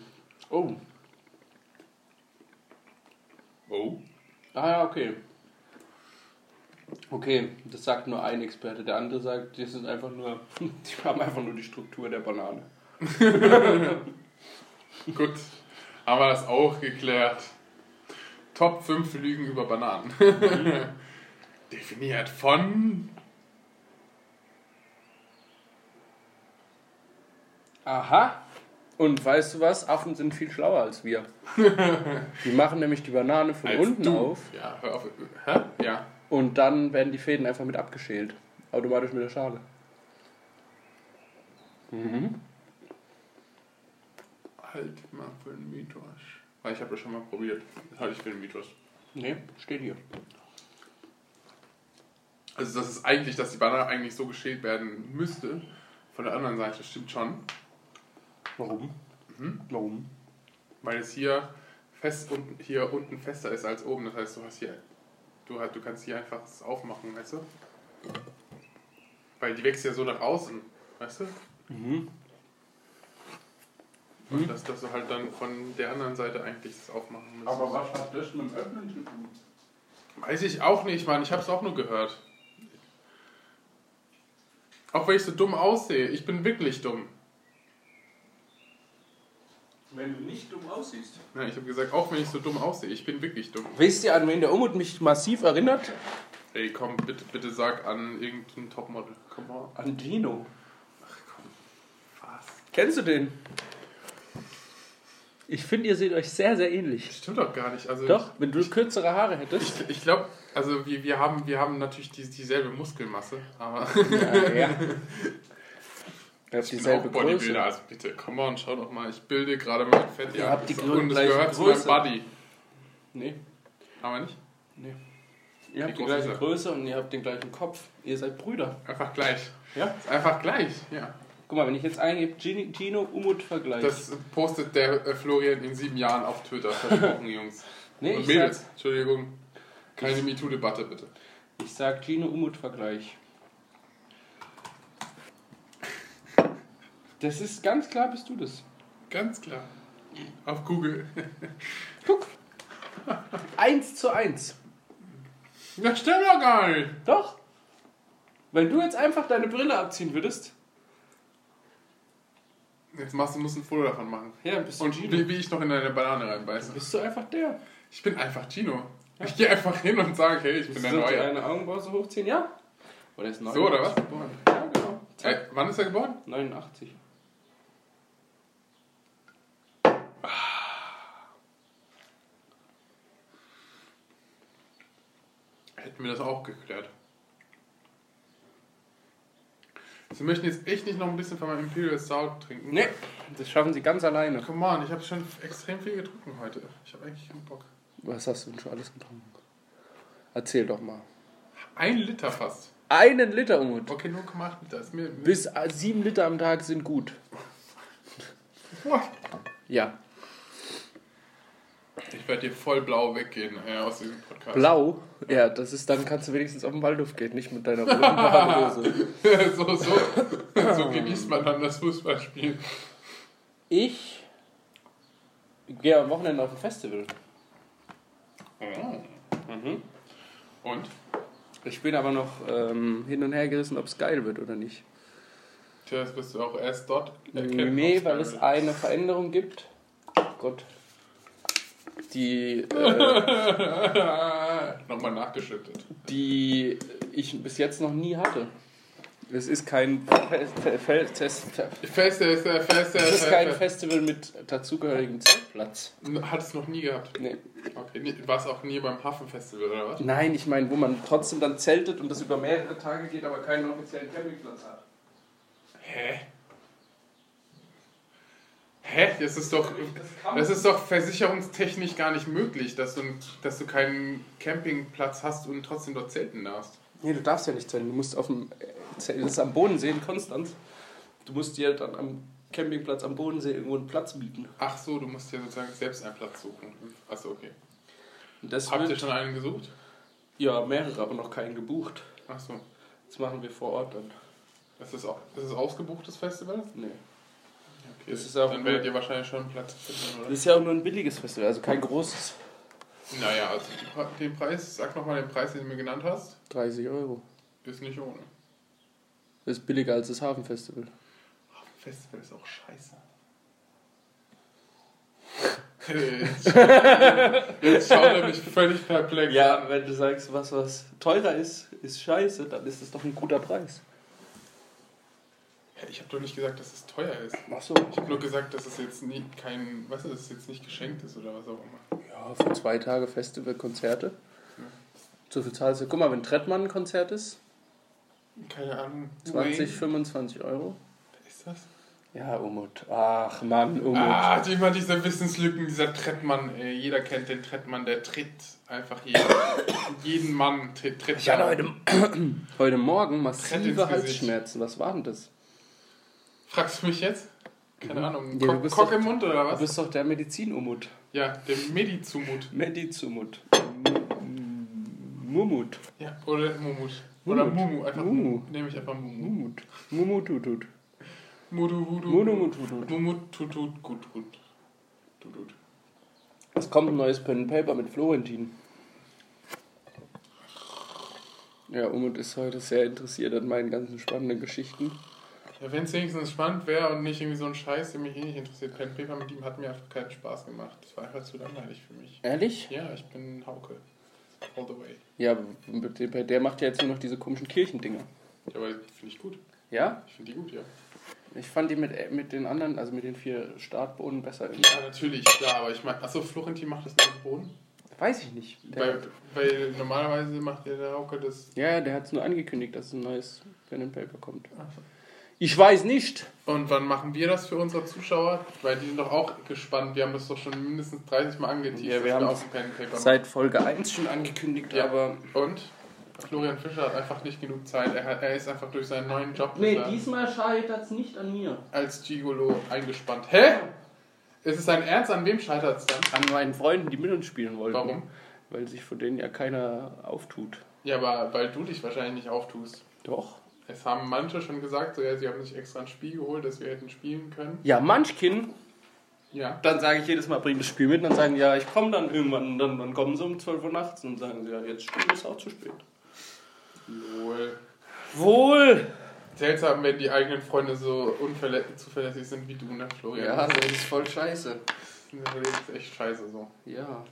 Speaker 8: Oh.
Speaker 3: Oh.
Speaker 8: Ah ja, okay. Okay, das sagt nur ein Experte. Der andere sagt, die sind einfach nur, die haben einfach nur die Struktur der Banane.
Speaker 3: Gut, haben wir das auch geklärt. Top 5 Lügen über Bananen. Definiert von.
Speaker 8: Aha. Und weißt du was? Affen sind viel schlauer als wir. die machen nämlich die Banane von
Speaker 3: Als
Speaker 8: unten
Speaker 3: du.
Speaker 8: auf
Speaker 3: Ja, hör auf. Hä? Ja.
Speaker 8: und dann werden die Fäden einfach mit abgeschält. Automatisch mit der Schale.
Speaker 3: Halt mal für einen Mythos. Weil ich habe das schon mal probiert. Das halte ich für einen Mythos.
Speaker 8: Ne, steht hier.
Speaker 3: Also, das ist eigentlich, dass die Banane eigentlich so geschält werden müsste. Von der anderen Seite stimmt schon.
Speaker 8: Warum? Warum?
Speaker 3: Weil es hier fest unten, hier unten fester ist als oben. Das heißt, du hast hier. Du, hast- du kannst hier einfach es aufmachen, weißt du? Weil die wächst ja so nach außen, weißt du? Mhm. Und dass, dass du halt dann von der anderen Seite eigentlich das aufmachen musst.
Speaker 4: Aber was hat das mit dem Öffnen zu tun?
Speaker 3: Weiß ich auch nicht, Mann. Ich hab's auch nur gehört. Auch wenn ich so dumm aussehe. Ich bin wirklich dumm.
Speaker 4: Wenn du nicht dumm aussiehst.
Speaker 3: Nein, ich habe gesagt, auch wenn ich so dumm aussehe. Ich bin wirklich dumm.
Speaker 8: Wisst ihr, an wen der Umut mich massiv erinnert?
Speaker 3: Ey, komm, bitte, bitte sag an irgendein Topmodel. Komm mal.
Speaker 8: An Dino.
Speaker 3: Was?
Speaker 8: Kennst du den? Ich finde, ihr seht euch sehr, sehr ähnlich.
Speaker 3: Stimmt doch gar nicht. Also
Speaker 8: Doch, wenn du kürzere Haare hättest.
Speaker 3: Ich, ich glaube, also wir, wir, haben, wir haben natürlich die, dieselbe Muskelmasse, aber
Speaker 8: Ja, ja. Ihr habt
Speaker 3: ich bin auch
Speaker 8: dieselbe
Speaker 3: Bodybuilder.
Speaker 8: Größe.
Speaker 3: Also bitte, komm on, schau doch mal. Ich bilde gerade mein Fett
Speaker 8: Ihr
Speaker 3: ja,
Speaker 8: habt die
Speaker 3: das-
Speaker 8: gl-
Speaker 3: Und es
Speaker 8: gleiche
Speaker 3: gehört zu meinem
Speaker 8: Größe.
Speaker 3: Buddy.
Speaker 8: Nee,
Speaker 3: Aber nicht?
Speaker 8: ihr
Speaker 3: groß
Speaker 8: habt die
Speaker 3: ist
Speaker 8: gleiche
Speaker 3: er?
Speaker 8: Größe und ihr habt den gleichen Kopf. Ihr seid Brüder.
Speaker 3: Einfach gleich.
Speaker 8: Ja?
Speaker 3: Ist einfach gleich, ja.
Speaker 4: Guck mal, wenn ich jetzt eingebe, Gini- Gino Umut Vergleich.
Speaker 3: Das postet der äh, Florian in sieben Jahren auf Twitter. Versprochen, Jungs.
Speaker 4: nee,
Speaker 3: Und
Speaker 4: ich
Speaker 3: Mädels,
Speaker 4: sag,
Speaker 3: Entschuldigung. Keine MeToo-Debatte, bitte.
Speaker 4: ich sag Gino Umut Vergleich. Das ist ganz klar, bist du das.
Speaker 3: Ganz klar. Auf Google.
Speaker 4: Guck.
Speaker 8: Eins zu eins.
Speaker 3: Das stimmt doch gar nicht.
Speaker 4: Doch. Wenn du jetzt einfach deine Brille abziehen würdest,
Speaker 3: Jetzt machst du, musst ein Foto davon machen.
Speaker 4: ja, bist du
Speaker 3: Und
Speaker 4: Gino.
Speaker 3: wie, wie ich noch in eine Banane reinbeiße.
Speaker 4: Bist du einfach der.
Speaker 3: Ich bin einfach Gino. Ich gehe einfach hin und sage, hey, ich bin
Speaker 4: Bist
Speaker 3: der
Speaker 4: du
Speaker 3: Neue.
Speaker 4: deine Augenbraue so hochziehen, ja? Oder ist
Speaker 3: So, oder was?
Speaker 4: Ja, genau.
Speaker 3: Äh, wann ist er geboren?
Speaker 4: 89.
Speaker 3: Hätten wir das auch geklärt. Sie möchten jetzt echt nicht noch ein bisschen von meinem Imperial Stout trinken?
Speaker 4: Nee, das schaffen sie ganz alleine.
Speaker 3: Come on, ich habe schon extrem viel getrunken heute. Ich habe eigentlich keinen Bock.
Speaker 8: Was hast du denn schon alles getrunken? Erzähl doch mal.
Speaker 3: Ein Liter fast.
Speaker 8: Einen Liter Umut.
Speaker 3: Okay, 0,8 Liter ist mir. mir
Speaker 8: Bis äh, sieben Liter am Tag sind gut.
Speaker 3: Boah.
Speaker 8: Ja.
Speaker 3: ich werde dir voll blau weggehen äh, aus diesem Podcast.
Speaker 8: Blau? Ja, das ist, dann kannst du wenigstens auf den Waldhof gehen, nicht mit deiner roten Badehose.
Speaker 3: so, so, so genießt man dann das Fußballspiel.
Speaker 4: Ich gehe am Wochenende auf ein Festival.
Speaker 3: Oh. Und?
Speaker 8: Ich bin aber noch ähm, hin und her gerissen, ob es geil wird oder nicht.
Speaker 3: Tja, jetzt bist du auch erst dort. erkennen,
Speaker 8: Nee,
Speaker 3: ob's
Speaker 8: weil
Speaker 3: geil
Speaker 8: es
Speaker 3: wird.
Speaker 8: eine Veränderung gibt. Gott. Die, äh,
Speaker 3: Nochmal nachgeschüttet.
Speaker 8: die ich bis jetzt noch nie hatte. Es ist kein, Fest, Fest, Fest,
Speaker 3: Feste ist der Feste.
Speaker 8: es ist kein Festival mit dazugehörigem Zeltplatz.
Speaker 3: Hat es noch nie gehabt.
Speaker 8: Nee.
Speaker 3: Okay. Nee, War es auch nie beim Hafenfestival oder was?
Speaker 8: Nein, ich meine, wo man trotzdem dann zeltet und das über mehrere Tage geht, aber keinen offiziellen Campingplatz hat.
Speaker 3: Hä? Hä? Das ist doch, das ist doch versicherungstechnisch gar nicht möglich, dass du, dass du keinen Campingplatz hast und trotzdem dort zelten darfst.
Speaker 8: Nee, du darfst ja nicht zelten. Du musst auf dem äh, Zelt, das ist am Bodensee in Konstanz. Du musst dir dann am Campingplatz am Bodensee irgendwo einen Platz mieten.
Speaker 3: Ach so, du musst ja sozusagen selbst einen Platz suchen. Achso, okay.
Speaker 8: Und das
Speaker 3: Habt ihr
Speaker 8: wird,
Speaker 3: schon einen gesucht?
Speaker 8: ja, mehrere, aber noch keinen gebucht.
Speaker 3: Achso.
Speaker 8: Das machen wir vor Ort dann.
Speaker 3: Ist das, au- ist das ausgebuchtes Festival?
Speaker 8: Nee.
Speaker 3: Okay.
Speaker 8: Das ist auch-
Speaker 3: Dann werdet ihr wahrscheinlich schon einen Platz finden,
Speaker 8: Das
Speaker 3: oder?
Speaker 8: ist ja auch nur ein billiges Festival, also kein großes.
Speaker 3: Naja, also die Pre- den Preis, sag nochmal den Preis, den du mir genannt hast,
Speaker 8: 30 Euro.
Speaker 3: ist nicht ohne.
Speaker 8: Das ist billiger als das Hafenfestival.
Speaker 3: Festival ist auch scheiße. Jetzt schaut er mich völlig perplex
Speaker 8: Ja,
Speaker 3: an.
Speaker 8: wenn du sagst, was was teurer ist, ist scheiße, dann ist das doch ein guter Preis.
Speaker 3: Hä, Ich habe doch nicht gesagt, dass es teuer ist.
Speaker 8: Ach so.
Speaker 3: Ich habe nur gesagt, dass es jetzt nie kein, weißt du, dass es jetzt nicht geschenkt ist oder was auch immer.
Speaker 8: Ja, für zwei Tage Festival, Konzerte. So viel zahlst du. Guck mal, wenn Trettmann ein Konzert ist,
Speaker 3: Keine Ahnung.
Speaker 8: 20,
Speaker 3: Wayne,
Speaker 8: 25 Euro.
Speaker 3: wer ist das?
Speaker 8: Ja, Umut. Ach Mann, Umut.
Speaker 3: Ah, die immer diese Wissenslücken, dieser Trettmann. Ey, jeder kennt den Trettmann, der tritt einfach jeden, jeden Mann tritt, tritt
Speaker 8: Ich hatte
Speaker 3: er.
Speaker 8: heute, heute Morgen
Speaker 3: Tritt ins
Speaker 8: massive
Speaker 3: Gesicht.
Speaker 8: Halsschmerzen. Was war denn das?
Speaker 3: Fragst du mich jetzt? Keine Ahnung.
Speaker 8: Mhm. Ja, du
Speaker 3: Kock,
Speaker 8: bist
Speaker 3: Kock
Speaker 8: doch-
Speaker 3: im Mund oder
Speaker 8: Du
Speaker 3: was?
Speaker 8: bist doch der Medizin-Umut.
Speaker 3: Ja, der Medi-Zumut.
Speaker 8: Medizumut. M- Mumut.
Speaker 3: Ja, oder Mumut. Oder
Speaker 8: Mumut.
Speaker 3: Mumu, einfach
Speaker 8: Mumu.
Speaker 3: Nehme ich einfach Mumu.
Speaker 8: Mumut. Mumututut.
Speaker 3: Mudu, Wudu.
Speaker 8: Mumututut.
Speaker 3: Mumut, Tutut, Gutut. Tutut.
Speaker 8: Es kommt ein neues Pen and Paper mit Florentin. Ja, Umut ist heute sehr interessiert an meinen ganzen spannenden Geschichten.
Speaker 3: Ja, wenn es wenigstens spannend wäre und nicht irgendwie so ein Scheiß, der mich eh nicht interessiert. Pen and Paper mit ihm hat mir einfach keinen Spaß gemacht. Das war einfach zu langweilig für mich.
Speaker 8: Ehrlich?
Speaker 3: Ja, ich bin Hauke. All the way.
Speaker 8: Ja, mit dem- der macht ja jetzt nur noch diese komischen Kirchendinger.
Speaker 3: Ja, aber finde ich gut.
Speaker 8: Ja?
Speaker 3: Ich finde die gut, ja.
Speaker 8: Ich fand die mit, mit den anderen, also mit den vier Startbohnen besser.
Speaker 3: Ja, natürlich, klar, aber ich meine, achso, Florentin macht das nur mit Boden.
Speaker 8: Weiß ich nicht. Der,
Speaker 3: Weil, weil normalerweise macht ja der Hauke das.
Speaker 8: ja, der hat es nur angekündigt, dass ein neues Pen and Paper kommt. Ich weiß nicht.
Speaker 3: Und wann machen wir das für unsere Zuschauer? Weil die sind doch auch gespannt. Wir haben das doch schon mindestens 30 Mal angeteased,
Speaker 8: Ja, wir haben
Speaker 3: auch ein Pen and Paper
Speaker 8: Seit Folge 1 schon angekündigt,
Speaker 3: Ja.
Speaker 8: aber
Speaker 3: machen. Und? Florian Fischer hat einfach nicht genug Zeit. Er, hat, er ist einfach durch seinen neuen Job
Speaker 8: Nee,
Speaker 3: ist er
Speaker 8: diesmal scheitert es nicht an mir.
Speaker 3: als Gigolo eingespannt. Hä? Ist es ein Ernst? An wem scheitert es dann?
Speaker 8: An meinen Freunden, die mit uns spielen wollten.
Speaker 3: Warum?
Speaker 8: Weil sich von denen ja keiner auftut.
Speaker 3: Ja, aber weil du dich wahrscheinlich nicht auftust.
Speaker 8: Doch.
Speaker 3: Es haben manche schon gesagt, so, ja, sie haben sich extra ein Spiel geholt, dass wir hätten spielen können.
Speaker 8: Ja, Munchkin,
Speaker 3: Ja.
Speaker 8: dann sage ich jedes Mal, bring das Spiel mit. Und dann sagen die, ja, ich komme dann irgendwann. Und dann, dann kommen sie um 12 Uhr nachts und sagen sie, ja, jetzt spielen ist auch zu spät.
Speaker 3: Wohl.
Speaker 8: Wohl!
Speaker 3: Seltsam, wenn die eigenen Freunde so unverlä- zuverlässig sind wie du, ne, Florian?
Speaker 8: Ja, das ist voll scheiße.
Speaker 3: Das ist echt scheiße so.
Speaker 8: Ja.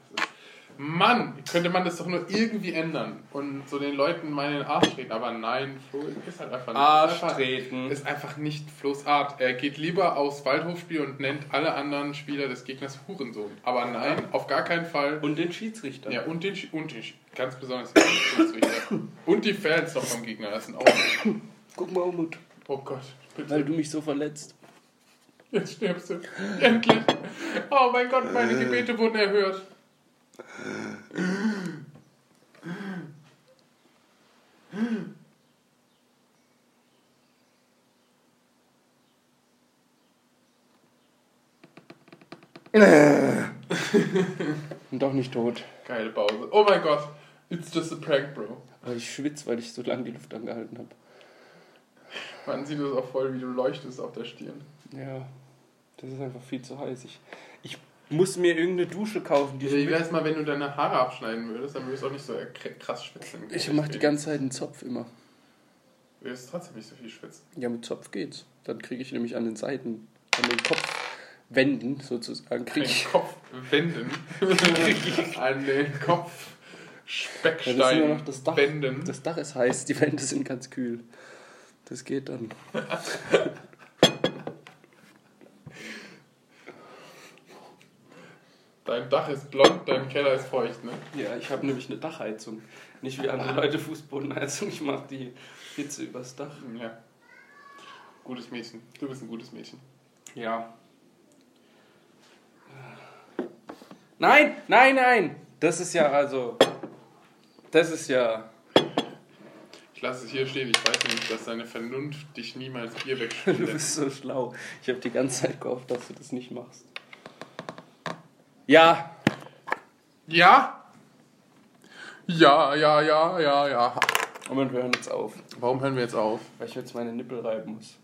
Speaker 3: Mann, könnte man das doch nur irgendwie ändern und so den Leuten mal in den Arsch treten. Aber nein, Flo ist halt einfach nicht.
Speaker 8: Arsch
Speaker 3: ist einfach,
Speaker 8: treten.
Speaker 3: Ist einfach nicht Flo's Art. Er geht lieber aufs Waldhofspiel und nennt alle anderen Spieler des Gegners Hurensohn. Aber nein, auf gar keinen Fall.
Speaker 8: Und den Schiedsrichter.
Speaker 3: Ja, und den, Sch- und den Sch- ganz besonders den Schiedsrichter. und die Fans doch vom Gegner. Das sind auch.
Speaker 8: Guck mal, Umut.
Speaker 3: Oh Gott, bitte.
Speaker 8: Weil du mich so verletzt.
Speaker 3: Jetzt stirbst du. Endlich. Oh mein Gott, meine
Speaker 8: Äh.
Speaker 3: Gebete wurden erhört.
Speaker 8: Und doch nicht tot.
Speaker 3: Geile Pause. Oh mein Gott, it's just a prank, bro.
Speaker 8: Aber ich schwitze, weil ich so lange die Luft angehalten habe.
Speaker 3: Man sieht es auch voll, wie du leuchtest auf der Stirn.
Speaker 8: Ja, das ist einfach viel zu heiß. Ich, ich muss mir irgendeine Dusche kaufen. Die
Speaker 3: Wie
Speaker 8: ich
Speaker 3: wäre es mal, wenn du deine Haare abschneiden würdest, dann würdest du auch nicht so kr- krass schwitzen.
Speaker 8: ich mache die ganze Zeit einen Zopf immer.
Speaker 3: Du würdest trotzdem nicht so viel schwitzen.
Speaker 8: Ja, mit Zopf geht's. Dann kriege ich nämlich an den Seiten, an den Kopfwänden sozusagen, kriege
Speaker 3: Den
Speaker 8: ich.
Speaker 3: Kopf wenden. An den Kopf Speckstein
Speaker 8: Ja, das ist nur noch das Dach.
Speaker 3: wenden.
Speaker 8: Das Dach ist heiß, die Wände sind ganz kühl. Das geht dann.
Speaker 3: Dein Dach ist blond, dein Keller ist feucht, ne?
Speaker 4: Ja, ich habe nämlich eine Dachheizung. Nicht wie
Speaker 8: Ah.
Speaker 4: andere Leute Fußbodenheizung. Ich mache die Hitze übers Dach.
Speaker 3: Ja. Gutes Mädchen. Du bist ein gutes Mädchen.
Speaker 4: Ja.
Speaker 8: Nein, nein, nein! Das ist ja also. Das ist ja.
Speaker 3: Ich lasse es hier stehen. Ich weiß nämlich, dass deine Vernunft dich niemals Bier
Speaker 8: Du
Speaker 3: wegspült.
Speaker 8: bist so schlau. Ich habe die ganze Zeit gehofft, dass du das nicht machst. Ja,
Speaker 3: Ja? Ja, ja, ja, ja, ja.
Speaker 8: Moment, wir hören jetzt auf,
Speaker 3: Warum hören wir jetzt auf?
Speaker 8: weil ich jetzt meine Nippel reiben muss.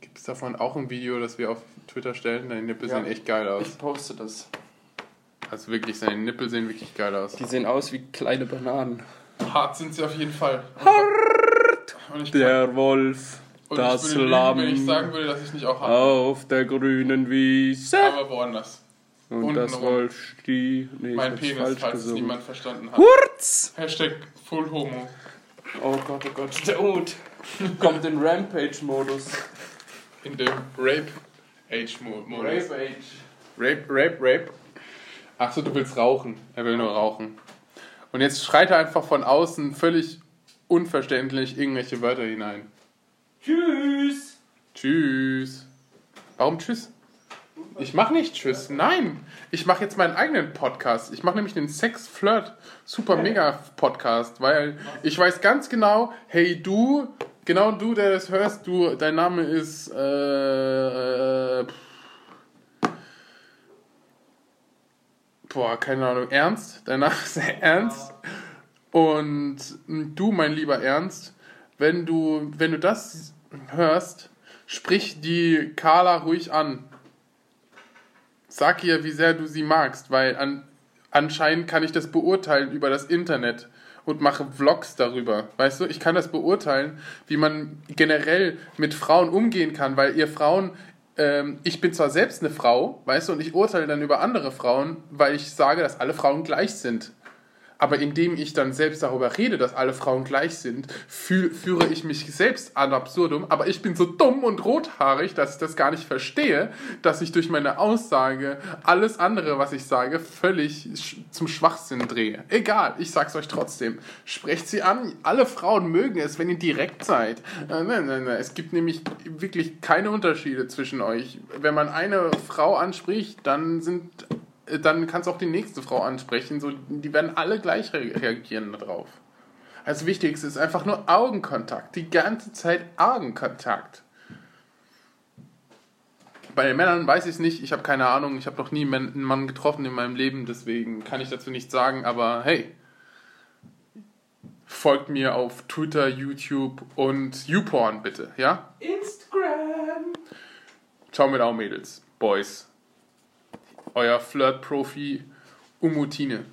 Speaker 3: Gibt es davon auch ein Video, das wir auf Twitter stellen? Deine Nippel
Speaker 8: Ja.
Speaker 3: sehen echt geil aus.
Speaker 8: Ich poste das.
Speaker 3: Also wirklich, deine Nippel sehen wirklich geil aus.
Speaker 8: Die sehen aus wie kleine Bananen.
Speaker 3: Hart sind sie auf jeden Fall. Und ich,
Speaker 8: Der Wolf,
Speaker 3: und
Speaker 8: das
Speaker 3: ich würde lügen, wenn ich sagen
Speaker 8: Lamm
Speaker 3: würde, dass ich nicht auch hart
Speaker 8: auf der grünen
Speaker 3: bin.
Speaker 8: Wiese.
Speaker 3: Aber woanders.
Speaker 8: Und
Speaker 3: unten
Speaker 8: das
Speaker 3: rum.
Speaker 8: Wolf stieg. Nee,
Speaker 3: mein
Speaker 8: ich hab's
Speaker 3: Penis,
Speaker 8: falsch
Speaker 3: falls es
Speaker 8: gesungen.
Speaker 3: niemand verstanden hat.
Speaker 8: Kurz!
Speaker 3: Hashtag Full Homo.
Speaker 8: Oh Gott, oh Gott, der Ut kommt in Rampage-Modus.
Speaker 3: In dem Rape-Age-Modus.
Speaker 8: Rampage.
Speaker 3: Rape, rape, rape. Achso, du willst rauchen. Er will nur rauchen. Und jetzt schreit er einfach von außen völlig unverständlich irgendwelche Wörter hinein.
Speaker 8: Tschüss!
Speaker 3: Tschüss. Warum tschüss? Ich mach nicht tschüss. Nein, ich mache jetzt meinen eigenen Podcast. Ich mache nämlich den Sex Flirt Super Mega Podcast, weil ich weiß ganz genau, hey du, genau du, der das hörst, du, dein Name ist äh, pff. Boah, keine Ahnung, Ernst? Dein Name ist Ernst? Und mm, du, mein lieber Ernst, wenn du, wenn du das hörst, sprich die Carla ruhig an. Sag ihr, wie sehr du sie magst, weil an, anscheinend kann ich das beurteilen über das Internet und mache Vlogs darüber. Weißt du, ich kann das beurteilen, wie man generell mit Frauen umgehen kann, weil ihr Frauen, ähm, ich bin zwar selbst eine Frau, weißt du, und ich urteile dann über andere Frauen, weil ich sage, dass alle Frauen gleich sind. Aber indem ich dann selbst darüber rede, dass alle Frauen gleich sind, fühl, führe ich mich selbst ad absurdum. Aber ich bin so dumm und rothaarig, dass ich das gar nicht verstehe, dass ich durch meine Aussage alles andere, was ich sage, völlig sch zum Schwachsinn drehe. Egal, ich sag's euch trotzdem. Sprecht sie an. Alle Frauen mögen es, wenn ihr direkt seid. Äh, nein, nein, nein. Es gibt nämlich wirklich keine Unterschiede zwischen euch. Wenn man eine Frau anspricht, dann sind äh, dann kannst du auch die nächste Frau ansprechen. So, die werden alle gleich re reagieren darauf. Das Wichtigste ist einfach nur Augenkontakt. Die ganze Zeit Augenkontakt. Bei den Männern weiß ich es nicht. Ich habe keine Ahnung. Ich habe noch nie men- einen Mann getroffen in meinem Leben. Deswegen kann ich dazu nichts sagen. Aber hey, folgt mir auf Twitter, YouTube und YouPorn bitte. Ja?
Speaker 7: Instagram.
Speaker 3: Ciao mit auch Mädels, Boys. Euer Flirt-Profi Umutine.